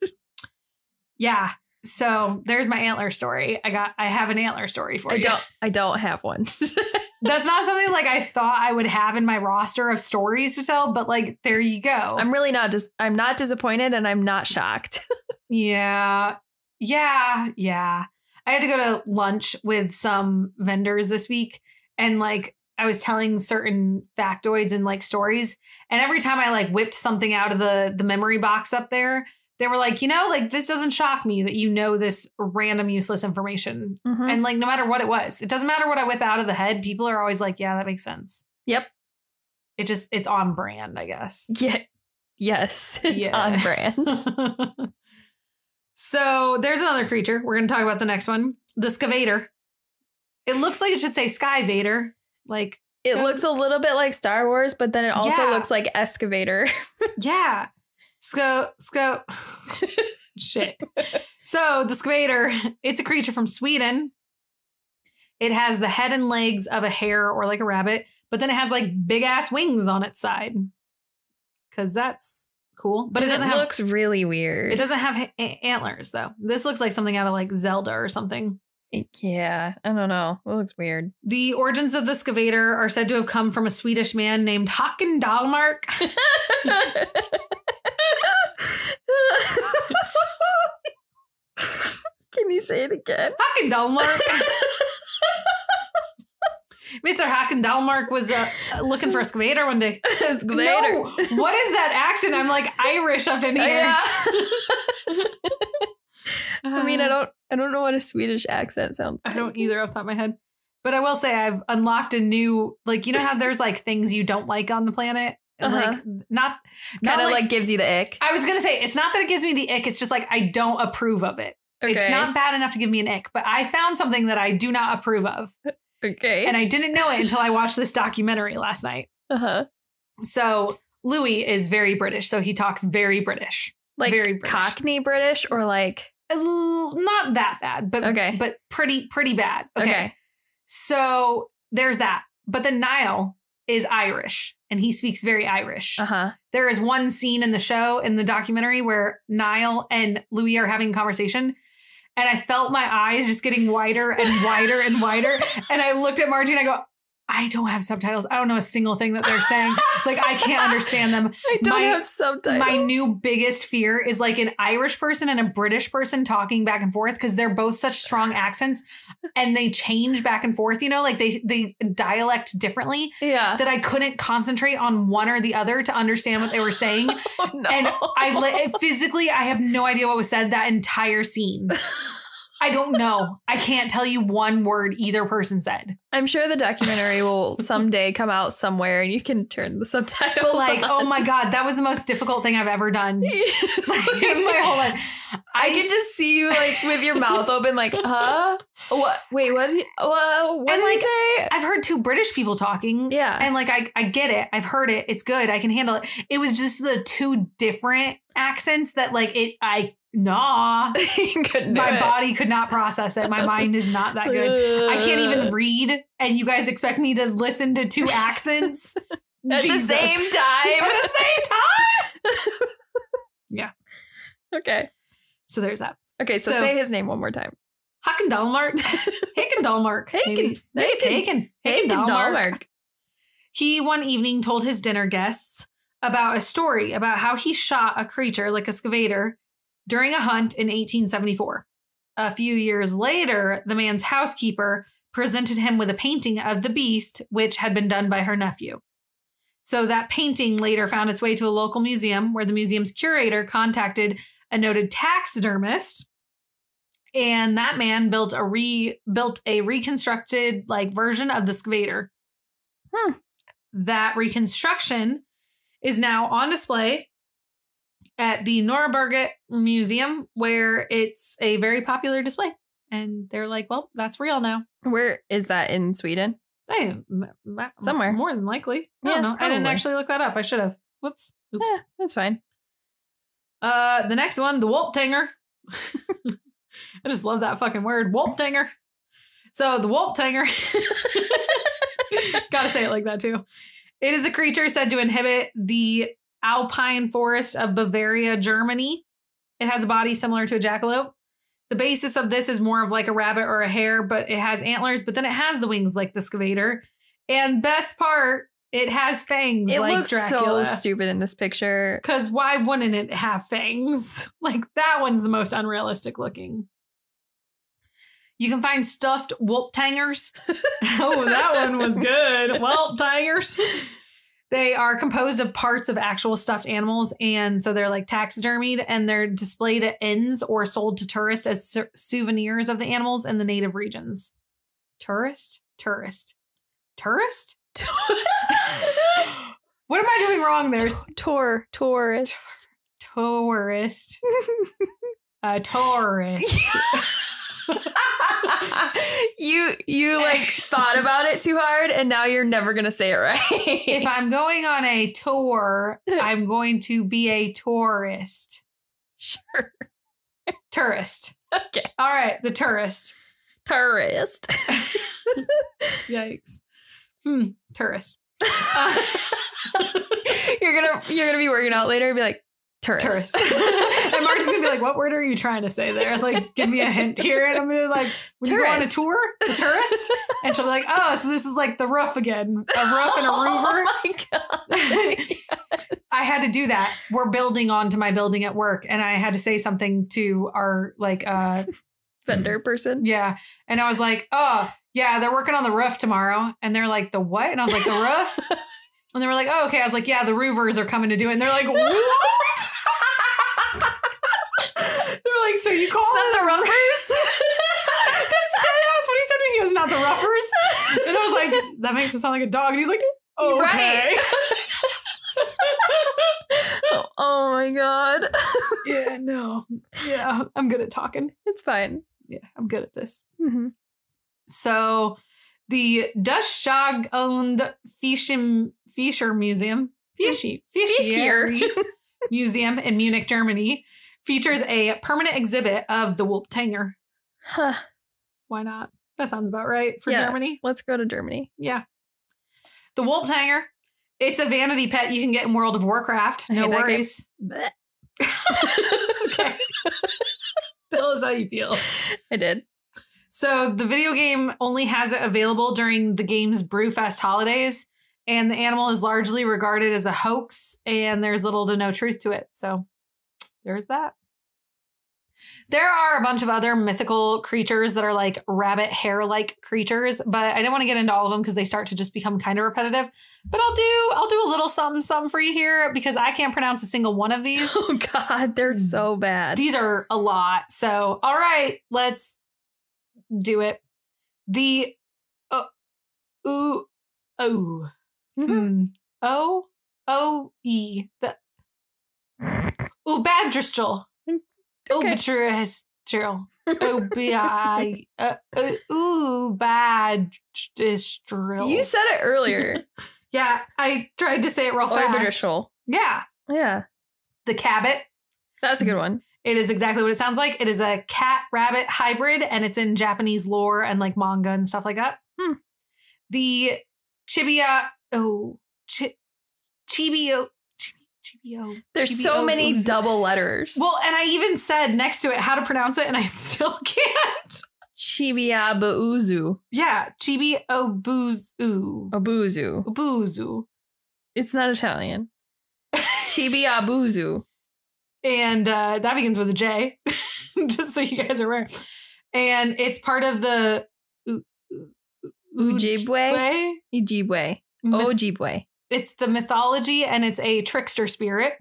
F: Yeah. So there's my antler story. I got I have an antler story for
A: I
F: you.
A: don't. I don't have one.
F: That's not something like I thought I would have in my roster of stories to tell, but like there you go.
A: I'm really not. Dis- I'm not disappointed, and I'm not shocked.
F: yeah. Yeah. Yeah. I had to go to lunch with some vendors this week and like I was telling certain factoids and like stories and every time I like whipped something out of the the memory box up there they were like, you know, like this doesn't shock me that you know this random useless information
A: Mhm.
F: And like, no matter what it was, it doesn't matter what I whip out of the head. People are always like, yeah, that makes sense.
A: Yep.
F: It just, it's on brand, I guess.
A: Yeah. Yes, it's
F: Yeah.
A: on brand.
F: so there's another creature. We're going to talk about the next one the Scavator. It looks like it should say Sky Vader. Like,
A: It looks a little bit like Star Wars, but then it also
F: Yeah.
A: looks like excavator.
F: yeah. Sco, sco. Shit. So the Scavator, it's a creature from Sweden. It has the head and legs of a hare or like a rabbit, but then it has like big ass wings on its side. Cause that's cool. But it doesn't have
A: looks really weird.
F: it doesn't have a- antlers though. This looks like something out of like Zelda or something.
A: Yeah, I don't know. It looks weird.
F: The origins of the Scavator are said to have come from a Swedish man named Håkan Dahlmark.
A: Can you say it again?
F: Håkan Dahlmark. Mr. Håkan Dahlmark was uh, looking for a Scavator one day.
A: Later.
F: No. What is that accent? I'm like Irish up in here.
A: Yeah. I mean, I don't, I don't know what a Swedish accent sounds.
F: Uh. I don't e-, either off the top of my head. But I will say I've unlocked a new like you know how there's like things you don't like on the planet and
A: Uh-huh.
F: like not not
A: Kind of like, gives you the ick.
F: I was gonna say it's not that it gives me the ick. It's just like I don't approve of it. It's not bad enough to give me an ick, but I found something that I do not approve of,
A: okay.
F: and I didn't know it until I watched this documentary last night.
A: uh-huh.
F: So Louis is very British, so he talks very British.
A: Like
F: Very British.
A: Cockney British or like
F: Uh, Not that bad, but
A: Okay.
F: but pretty pretty bad.
A: okay.
F: So there's that. But then Niall is Irish and he speaks very Irish.
A: Uh huh.
F: There is one scene in the show, in the documentary, where Niall and Louis are having a conversation. And I felt my eyes just getting wider and wider and wider. And I looked at Margie and I go, I don't have subtitles. I don't know a single thing that they're saying. like I can't understand them.
A: I don't
F: My-
A: have subtitles.
F: My new biggest fear is like an Irish person and a British person talking back and forth because they're both such strong accents and they change back and forth, you know, like they they dialect differently
A: yeah.
F: that I couldn't concentrate on one or the other to understand what they were saying.
A: Oh, no.
F: And I li- physically I have no idea what was said that entire scene. I don't know. I can't tell you one word either person said.
A: I'm sure the documentary will someday come out somewhere, and you can turn the subtitles.
F: But like,
A: on.
F: oh my god, that was the most difficult thing I've ever done in my whole life.
A: I can just see you like with your mouth open, like, huh? What? Wait, what? Did, uh, what
F: And,
A: did
F: like,
A: he say?
F: I've heard two British people talking.
A: yeah,
F: And like I, I get it. I've heard it. It's good. I can handle it. It was just the two different accents that like it I nah.
A: Couldn't do
F: My
A: it.
F: body could not process it. My mind is not that good. I can't even read, and you guys expect me to listen to two accents
A: at
F: Jesus.
A: the same
F: at
A: time.
F: the same time.
A: okay,
F: So there's that.
A: okay. So,
F: So-
A: say his name one more time.
F: Haken Dalmark. Haken Dalmark.
A: Haken. Haken.
F: Haken.
A: Haken
F: Haken Dalmark.
A: Dahlmark.
F: He one evening told his dinner guests about a story about how he shot a creature like a scavator during a hunt in 1874. A few years later, the man's housekeeper presented him with a painting of the beast, which had been done by her nephew. So that painting later found its way to a local museum where the museum's curator contacted a noted taxidermist. And that man built a re built a reconstructed like version of the scavator that reconstruction is now on display at the Nuremberg Museum, where it's a very popular display. And they're like, well, that's real now.
A: Where is that in Sweden?
F: Hey, m- m-
A: Somewhere.
F: More than likely. I
A: Yeah,
F: don't know. I didn't
A: probably.
F: actually look that up. I should have. Whoops. Oops.
A: Eh, that's fine.
F: Uh, the next one, the Wolptanger. I just love that fucking word, Wolptanger. So the Wolptanger, gotta say it like that too. It is a creature said to inhabit the alpine forest of Bavaria, Germany. It has a body similar to a jackalope. The basis of this is more of like a rabbit or a hare, but it has antlers, but then it has the wings like the scavator. And best part, it has fangs
A: It
F: like
A: looks
F: Dracula.
A: so stupid in this picture.
F: Because why wouldn't it have fangs? Like, that one's the most unrealistic looking. You can find stuffed wolp tangers. oh, that one was good. Wolp tangers. They are composed of parts of actual stuffed animals. And so they're like taxidermied and they're displayed at inns or sold to tourists as sou- souvenirs of the animals in the native regions. Tourist? Tourist? Tourist? what am I doing wrong there?
A: Tor Taurus.
F: tourist. a tourist.
A: you you like thought about it too hard, and now you're never gonna say it right.
F: if I'm going on a tour, I'm going to be a tourist.
A: sure,
F: Tourist.
A: Okay.
F: All right, the tourist.
A: tourist.
F: Yikes. Hmm, tourist.
A: you're gonna you're gonna be working out later and be like tourist.
F: Tourist. and Mark's gonna be like, what word are you trying to say there? Like, give me a hint here. And I'm gonna be like, when you go on a
A: Tourist.
F: tour, the tourist? And she'll be like, oh, so this is like the roof again. A roof and a roover.
A: Oh my god.
F: I had to do that. We're building onto my building at work, and I had to say something to our like, uh,
A: Vendor person.
F: yeah. And I was like, oh yeah, they're working on the roof tomorrow, and they're like, the what? And I was like, the roof. And they were like, oh okay. I was like, yeah, the roovers are coming to do it. And they're like, what? they're like, so you call them the ruffers? That's that's what he said to me. He was not the ruffers. And I was like, that makes it sound like a dog. And he's like, okay.
A: Right. oh, oh my god.
F: yeah, no. Yeah, I'm good at talking.
A: It's fine.
F: Yeah, I'm good at this.
A: Mhm.
F: So the Dushag owned Fischem, Fischer Museum, Fischi, Fischier Museum in Munich, Germany, features a permanent exhibit of the Wolptanger.
A: Huh.
F: Why not? That sounds about right for
A: Yeah.
F: Germany.
A: Let's go to Germany.
F: Yeah. The Wolptanger. It's a vanity pet you can get in World of Warcraft.
A: I hate
F: No
A: that game.
F: worries. okay. Tell us how you feel.
A: I did.
F: So the video game only has it available during the game's Brewfest holidays, and the animal is largely regarded as a hoax, and there's little to no truth to it. So there's that. There are a bunch of other mythical creatures that are like rabbit hair like creatures, but I don't want to get into all of them because they start to just become kind of repetitive. But I'll do I'll do a little something something for you here because I can't pronounce a single one of these. Mm.
A: Oh God, they're so bad.
F: These are a lot. So, all right, let's do it. The uh, ooh oh
A: Mm-hmm.
F: hmm, o o e the ubadristal
A: Okay.
F: ubadristal ubi uh, ubadristal.
A: You said it earlier.
F: yeah, I tried to say it real fast.
A: Arbitral.
F: Yeah,
A: Yeah,
F: the Cabot.
A: that's a good one.
F: It is exactly what it sounds like. It is a cat rabbit hybrid, and it's in Japanese lore and like manga and stuff like that. Hmm. The Chibia oh chi, Chibio Chibi- Chibio.
A: There's
F: Chibio
A: so many
F: Uzu-
A: double letters.
F: Well, and I even said next to it how to pronounce it, and I still can't.
A: Chibiaba Uzu.
F: Yeah, Chibi Obuzu
A: Oh. Abuzu.
F: Obuzu,
A: It's not Italian. Chibiabuzu.
F: and uh, that begins with a J, just so you guys are aware. And it's part of the U- U-
A: Ojibwe.
F: Ojibwe?
A: Ojibwe.
F: myth-
A: Ojibwe.
F: it's the mythology and it's a trickster spirit.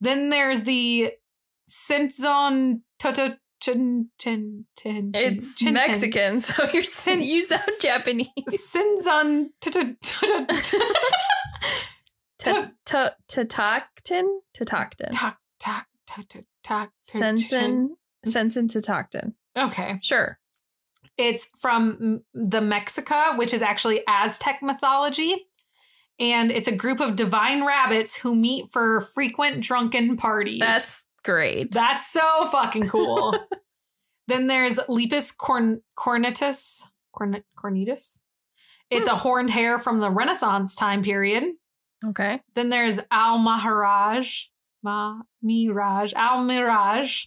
F: Then there's the Sinzon Toto Chin Chin Chin.
A: It's Mexican, so you're sin- you sound Japanese.
F: Sinzon Toto
A: Ta- ta- Tatoctin? Tatoctin.
F: Tak tak tak tak
A: Sensen. Sensen Tatoctin.
F: Okay.
A: Sure.
F: It's from m- the Mexica, which is actually Aztec mythology. And it's a group of divine rabbits who meet for frequent drunken parties.
A: That's great.
F: That's so fucking cool. then there's Lepus corn- cornutus. Corn- cornutus? It's
A: Hmm.
F: a horned hare from the Renaissance time period.
A: okay.
F: Then there's Al Maharaj. Ma Miraj. Al Miraj.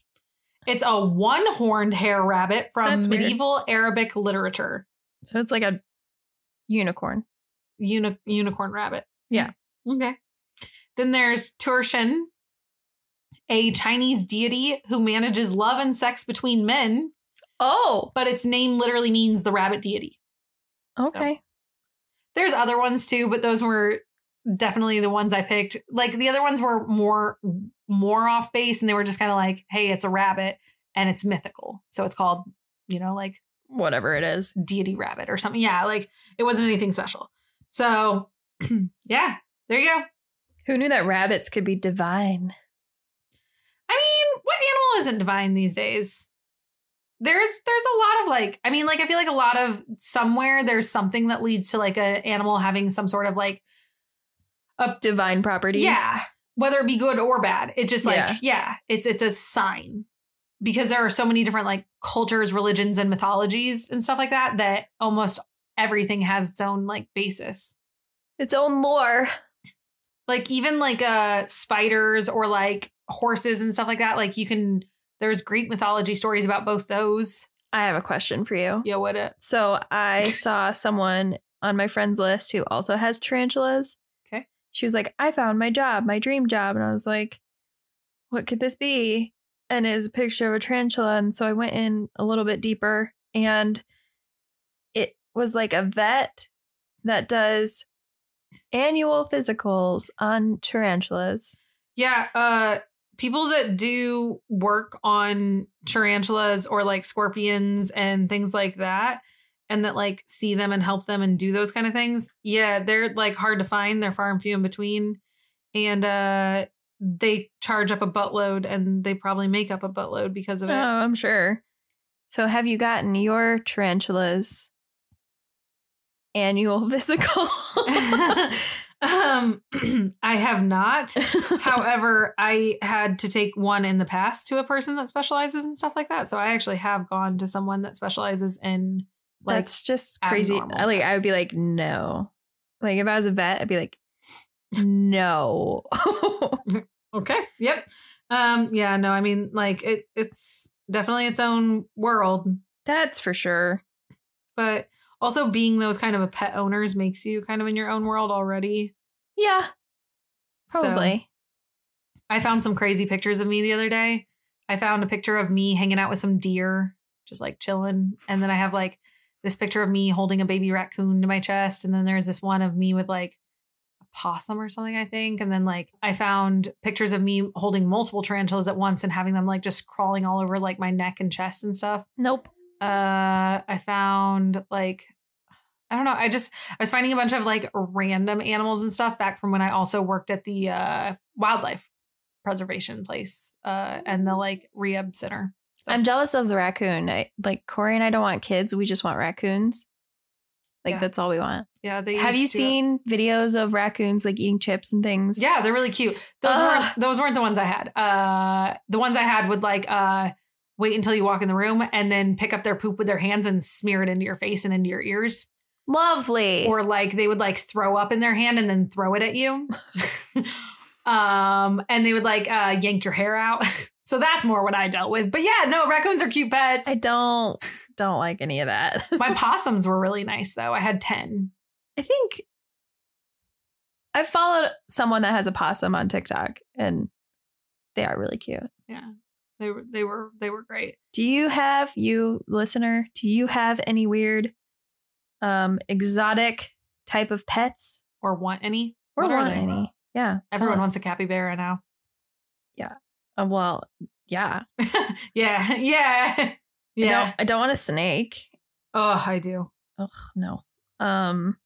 F: It's a one horned hare rabbit from
A: That's weird.
F: medieval Arabic literature.
A: So it's like a unicorn.
F: Uni- unicorn rabbit.
A: Yeah.
F: Okay. Then there's Turshan, a Chinese deity who manages love and sex between men
A: Oh,
F: but its name literally means the rabbit deity.
A: okay.
F: There's other ones too, but those were definitely the ones I picked. Like the other ones were more more off base and they were just kind of like, hey, it's a rabbit and it's mythical. So it's called, you know, like
A: Whatever it is.
F: deity rabbit or something. Yeah, like it wasn't anything special. So yeah, there you go.
A: Who knew that rabbits could be divine?
F: I mean, what animal isn't divine these days? There's there's a lot of like I mean like I feel like a lot of somewhere there's something that leads to like a animal having some sort of like
A: Divine property.
F: yeah whether it be good or bad it's just like
A: Yeah.
F: yeah. it's it's a sign because there are so many different like cultures religions and mythologies and stuff like that that almost everything has its own like basis
A: Its own lore.
F: like even like uh spiders or like horses and stuff like that like you can there's greek mythology stories about both those
A: I have a question for you.
F: yeah what it
A: So I saw someone on my friends list who also has tarantulas.
F: Okay.
A: She was like, I found my job, my dream job. And I was like, what could this be? And it was a picture of a tarantula. And so I went in a little bit deeper and it was like a vet that does annual physicals on tarantulas.
F: Yeah, uh people that do work on tarantulas or like scorpions and things like that and that like see them and help them and do those kind of things. Yeah, they're like hard to find, they're far and few in between and uh they charge up a buttload and they probably make up a buttload because of it.
A: Oh, I'm sure. So have you gotten your tarantulas annual physical?
F: um I have not. However, I had to take one in the past to a person that specializes in stuff like that. So I actually have gone to someone that specializes in like
A: That's just crazy.
F: abnormal
A: I, like I
F: pets.
A: would be like, no. Like if I was a vet, I'd be like, no.
F: okay, yep. Um yeah, no, I mean like it it's definitely its own world.
A: That's for sure.
F: But also being those kind of a pet owners makes you kind of in your own world already.
A: Yeah,
F: So,
A: probably.
F: I found some crazy pictures of me the other day. I found a picture of me hanging out with some deer, just like chilling. And then I have like this picture of me holding a baby raccoon to my chest. And then there's this one of me with like a possum or something, I think. And then like I found pictures of me holding multiple tarantulas at once and having them like just crawling all over like my neck and chest and stuff.
A: Nope.
F: Uh, I found like I don't know. I just I was finding a bunch of like random animals and stuff back from when I also worked at the uh, wildlife preservation place uh, and the like rehab center. So-
A: I'm jealous of the raccoon. I, like Corey and I don't want kids. We just want raccoons. Like
F: Yeah.
A: that's all we want.
F: Yeah, they
A: Have
F: used
A: you
F: to-
A: seen videos of raccoons like eating chips and things?
F: Yeah, they're really cute. Those
A: Ugh.
F: weren't those weren't the ones I had. Uh, the ones I had would like uh, wait until you walk in the room and then pick up their poop with their hands and smear it into your face and into your ears.
A: Lovely.
F: or like they would like throw up in their hand and then throw it at you um and they would like uh yank your hair out so that's more what i dealt with but yeah no raccoons are cute pets
A: I don't don't like any of that.
F: my possums were really nice though i had 10
A: I think I followed someone that has a possum on TikTok and they are really cute.
F: they were they were they were great
A: Do you have you listener, do you have any weird um exotic type of pets?
F: or want any
A: Or
F: What are
A: want
F: they?
A: any? Yeah.
F: everyone
A: tell
F: wants
A: us.
F: a capybara now
A: Uh, well, yeah.
F: yeah yeah
A: I don't
F: yeah
A: I don't want a snake.
F: oh i do
A: Ugh, no. Um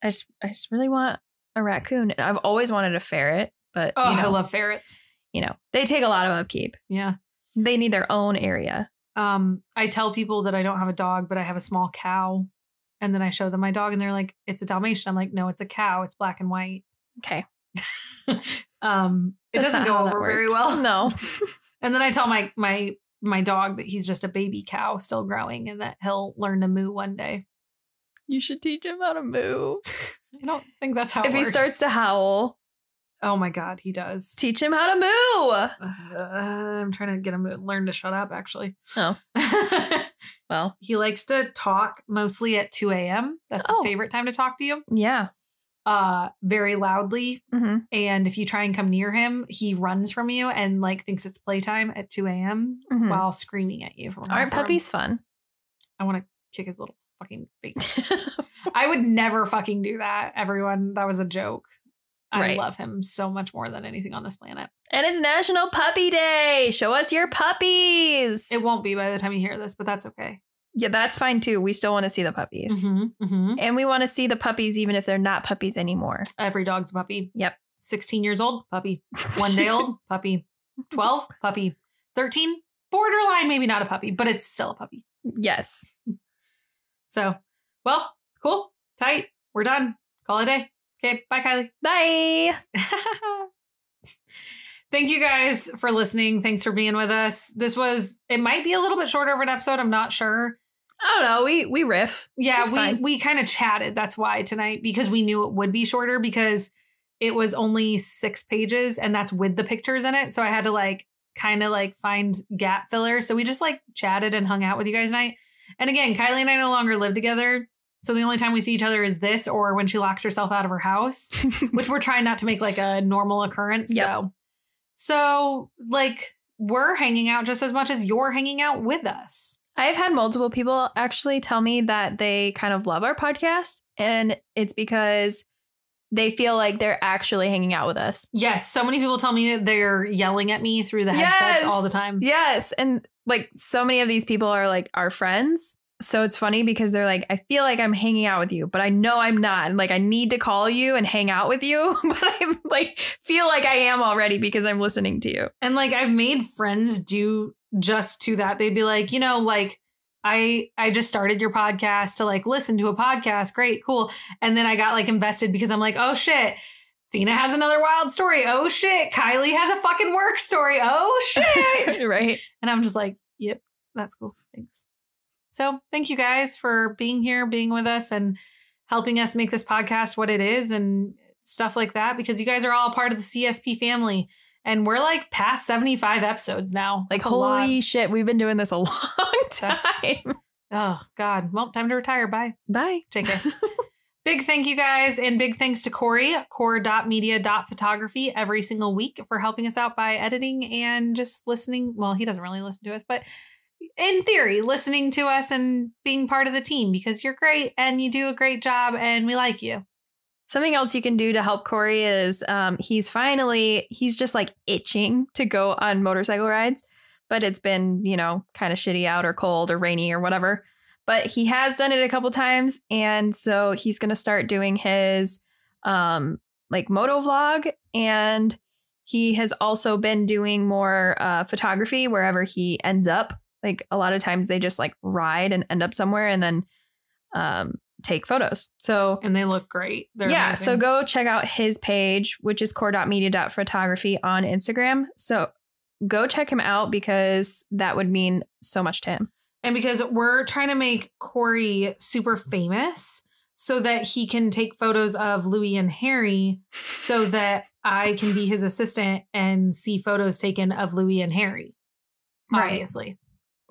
A: I just I just really want a raccoon. And I've always wanted a ferret, but
F: oh
A: you know,
F: i love ferrets
A: you know, they take a lot of upkeep.
F: yeah
A: They need their own area.
F: um i tell people that i don't have a dog but i have a small cow and then i show them my dog and they're like it's a dalmatian i'm like no it's a cow it's black and white
A: Okay.
F: um it
A: That's
F: doesn't
A: not
F: go
A: how that
F: over very
A: works.
F: well
A: No.
F: and then i tell my my my dog that he's just a baby cow still growing and that he'll learn to moo one day
A: You should teach him how to move.
F: i don't think that's how it
A: If he
F: works.
A: starts to howl,
F: oh my god he does
A: teach him how to moo.
F: Uh, i'm trying to get him to learn to shut up actually
A: Oh. Well,
F: he likes to talk mostly at 2 a.m that's his
A: Oh.
F: favorite time to talk to you
A: yeah.
F: uh very loudly
A: hmm
F: and if you try and come near him he runs from you and like thinks it's playtime at 2 a.m
A: Mhm.
F: while screaming at you from across
A: Aren't
F: the room.
A: puppies fun?
F: i want to kick his little fucking face i would never fucking do that everyone that was a joke
A: Right.
F: i love him so much more than anything on this planet
A: and it's National Puppy Day. Show us your puppies.
F: it won't be by the time you hear this but that's okay
A: yeah, that's fine too. We still want to see the puppies.
F: Mhm, mhm.
A: And we want to see the puppies even if they're not puppies anymore.
F: every dog's a puppy
A: Yep.
F: 16 years old puppy one day old puppy 12 puppy 13 borderline maybe not a puppy but it's still a puppy
A: Yes.
F: So, well, cool, tight. We're done. Call it a day. Okay, bye, Kylie.
A: Bye.
F: Thank you guys for listening. Thanks for being with us. This was it might be a little bit shorter of an episode. I'm not sure.
A: I don't know. We we riff.
F: Yeah,
A: It's
F: we
A: fine.
F: we kind of chatted. That's why tonight because we knew it would be shorter because it was only 6 pages and that's with the pictures in it. So I had to like kind of like find gap filler. So we just like chatted and hung out with you guys tonight. And again, Kylie and I no longer live together. So the only time we see each other is this or when she locks herself out of her house, which we're trying not to make like a normal occurrence.
A: Yep.
F: So so like we're hanging out just as much as you're hanging out with us.
A: I've had multiple people actually tell me that they kind of love our podcast and it's because they feel like they're actually hanging out with us.
F: Yes, so many people tell me that they're yelling at me through the headsets
A: Yes.
F: all the time.
A: Yes, and like so many of these people are like our friends. So it's funny because they're like, I feel like I'm hanging out with you, but I know I'm not. And like, I need to call you and hang out with you, but I'm like, feel like I am already because I'm listening to you.
F: And like I've made friends do just to that. They'd be like, you know, like I I just started your podcast to like listen to a podcast. Great, cool. And then I got like invested because I'm like, oh shit, Thena has another wild story. Oh shit, Kylie has a fucking work story. Oh shit.
A: right?
F: And I'm just like, yep, that's cool. Thanks. So thank you guys for being here, being with us, and helping us make this podcast what it is and stuff like that, because you guys are all a part of the CSP family. and we're like past 75 episodes now.
A: Like,
F: That's a
A: holy shit, we've been doing this a long time.
F: That's- lot. Oh God. Well, time to retire. Bye.
A: Bye.
F: Take care. big thank you guys and big thanks to Corey, core.media.photography every single week for helping us out by editing and just listening. Well, he doesn't really listen to us, but in theory, listening to us and being part of the team because you're great and you do a great job and we like you.
A: Something else you can do to help Corey is um, he's finally, he's just like itching to go on motorcycle rides, but it's been, you know, kind of shitty out or cold or rainy or whatever. But he has done it a couple times. And so he's going to start doing his um, like moto vlog. And he has also been doing more uh, photography wherever he ends up. Like a lot of times they just like ride and end up somewhere and then um, take photos. So
F: And they look great. They're
A: yeah,
F: amazing.
A: so go check out his page, which is core.media.photography on Instagram. So go check him out because that would mean so much to him.
F: And because we're trying to make Corey super famous so that he can take photos of Louis and Harry so that I can be his assistant and see photos taken of Louis and Harry.
A: Right.
F: Obviously.
A: Um,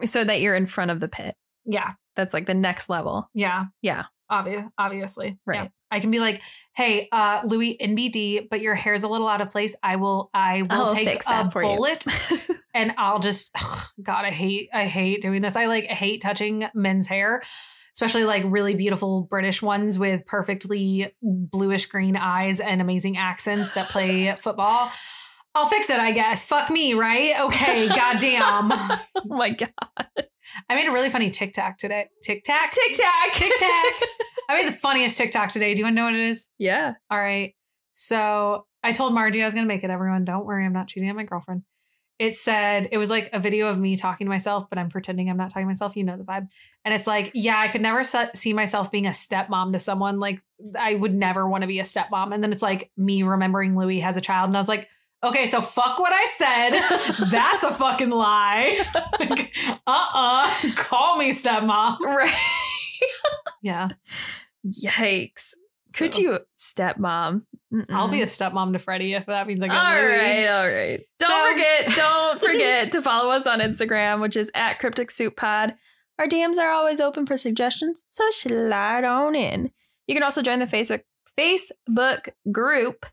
A: So that you're in front of the pit.
F: Yeah.
A: That's like the next level.
F: Yeah.
A: Yeah.
F: Obvious obviously.
A: Right.
F: Yeah. I can be like, hey, uh, Louis NBD, but your hair's a little out of place. I will I will
A: I'll
F: take
A: fix
F: a
A: that for you."
F: bullet
A: Oh
F: and I'll just ugh, God, I hate I hate doing this. I like hate touching men's hair, especially like really beautiful British ones with perfectly bluish green eyes and amazing accents that play football. I'll fix it, I guess. Fuck me, right? Okay, goddamn.
A: oh my God.
F: I made a really funny TikTok today. TikTok,
A: Tic Tac.
F: Tic Tac. I made the funniest TikTok today. Do you want to know what it is?
A: yeah.
F: All right. So I told Margie I was going to make it, everyone. Don't worry. I'm not cheating on my girlfriend. It said, it was like a video of me talking to myself, but I'm pretending I'm not talking to myself. You know the vibe. And it's like, yeah, I could never se- see myself being a stepmom to someone. Like, I would never want to be a stepmom. And then it's like me remembering Louis has a child. And I was like, okay, so fuck what I said. That's a fucking lie. like, uh uh. Call me stepmom.
A: Right.
F: Yeah.
A: Yikes. Could
F: So-
A: you stepmom? Mm-mm.
F: I'll be a stepmom to Freddie if that means I
A: Mm-hmm. All
F: get Louis.
A: right, all right. Don't
F: So-
A: forget, don't forget to follow us on Instagram, which is at Cryptic Soup Pod. Our DMs are always open for suggestions, so slide on in. You can also join the Facebook Facebook group.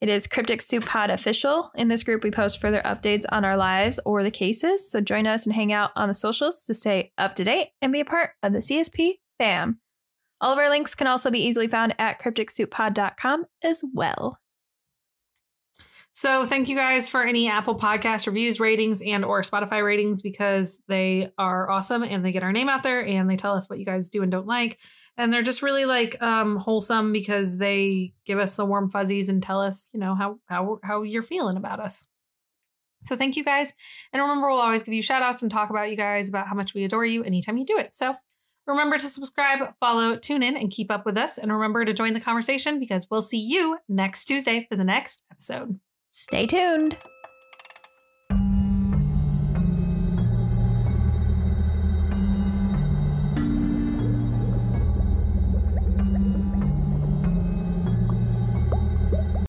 A: It is Cryptic Soup Pod official. In this group, we post further updates on our lives or the cases. So join us and hang out on the socials to stay up to date and be a part of the CSP fam. All of our links can also be easily found at crypticsouppod.com as well.
F: So thank you guys for any Apple Podcast reviews, ratings, and or Spotify ratings because they are awesome and they get our name out there and they tell us what you guys do and don't like. And they're just really like um wholesome because they give us the warm fuzzies and tell us, you know, how how how you're feeling about us. So thank you guys. And remember we'll always give you shout outs and talk about you guys about how much we adore you anytime you do it. So remember to subscribe, follow, tune in, and keep up with us. And remember to join the conversation because we'll see you next Tuesday for the next episode.
A: Stay tuned.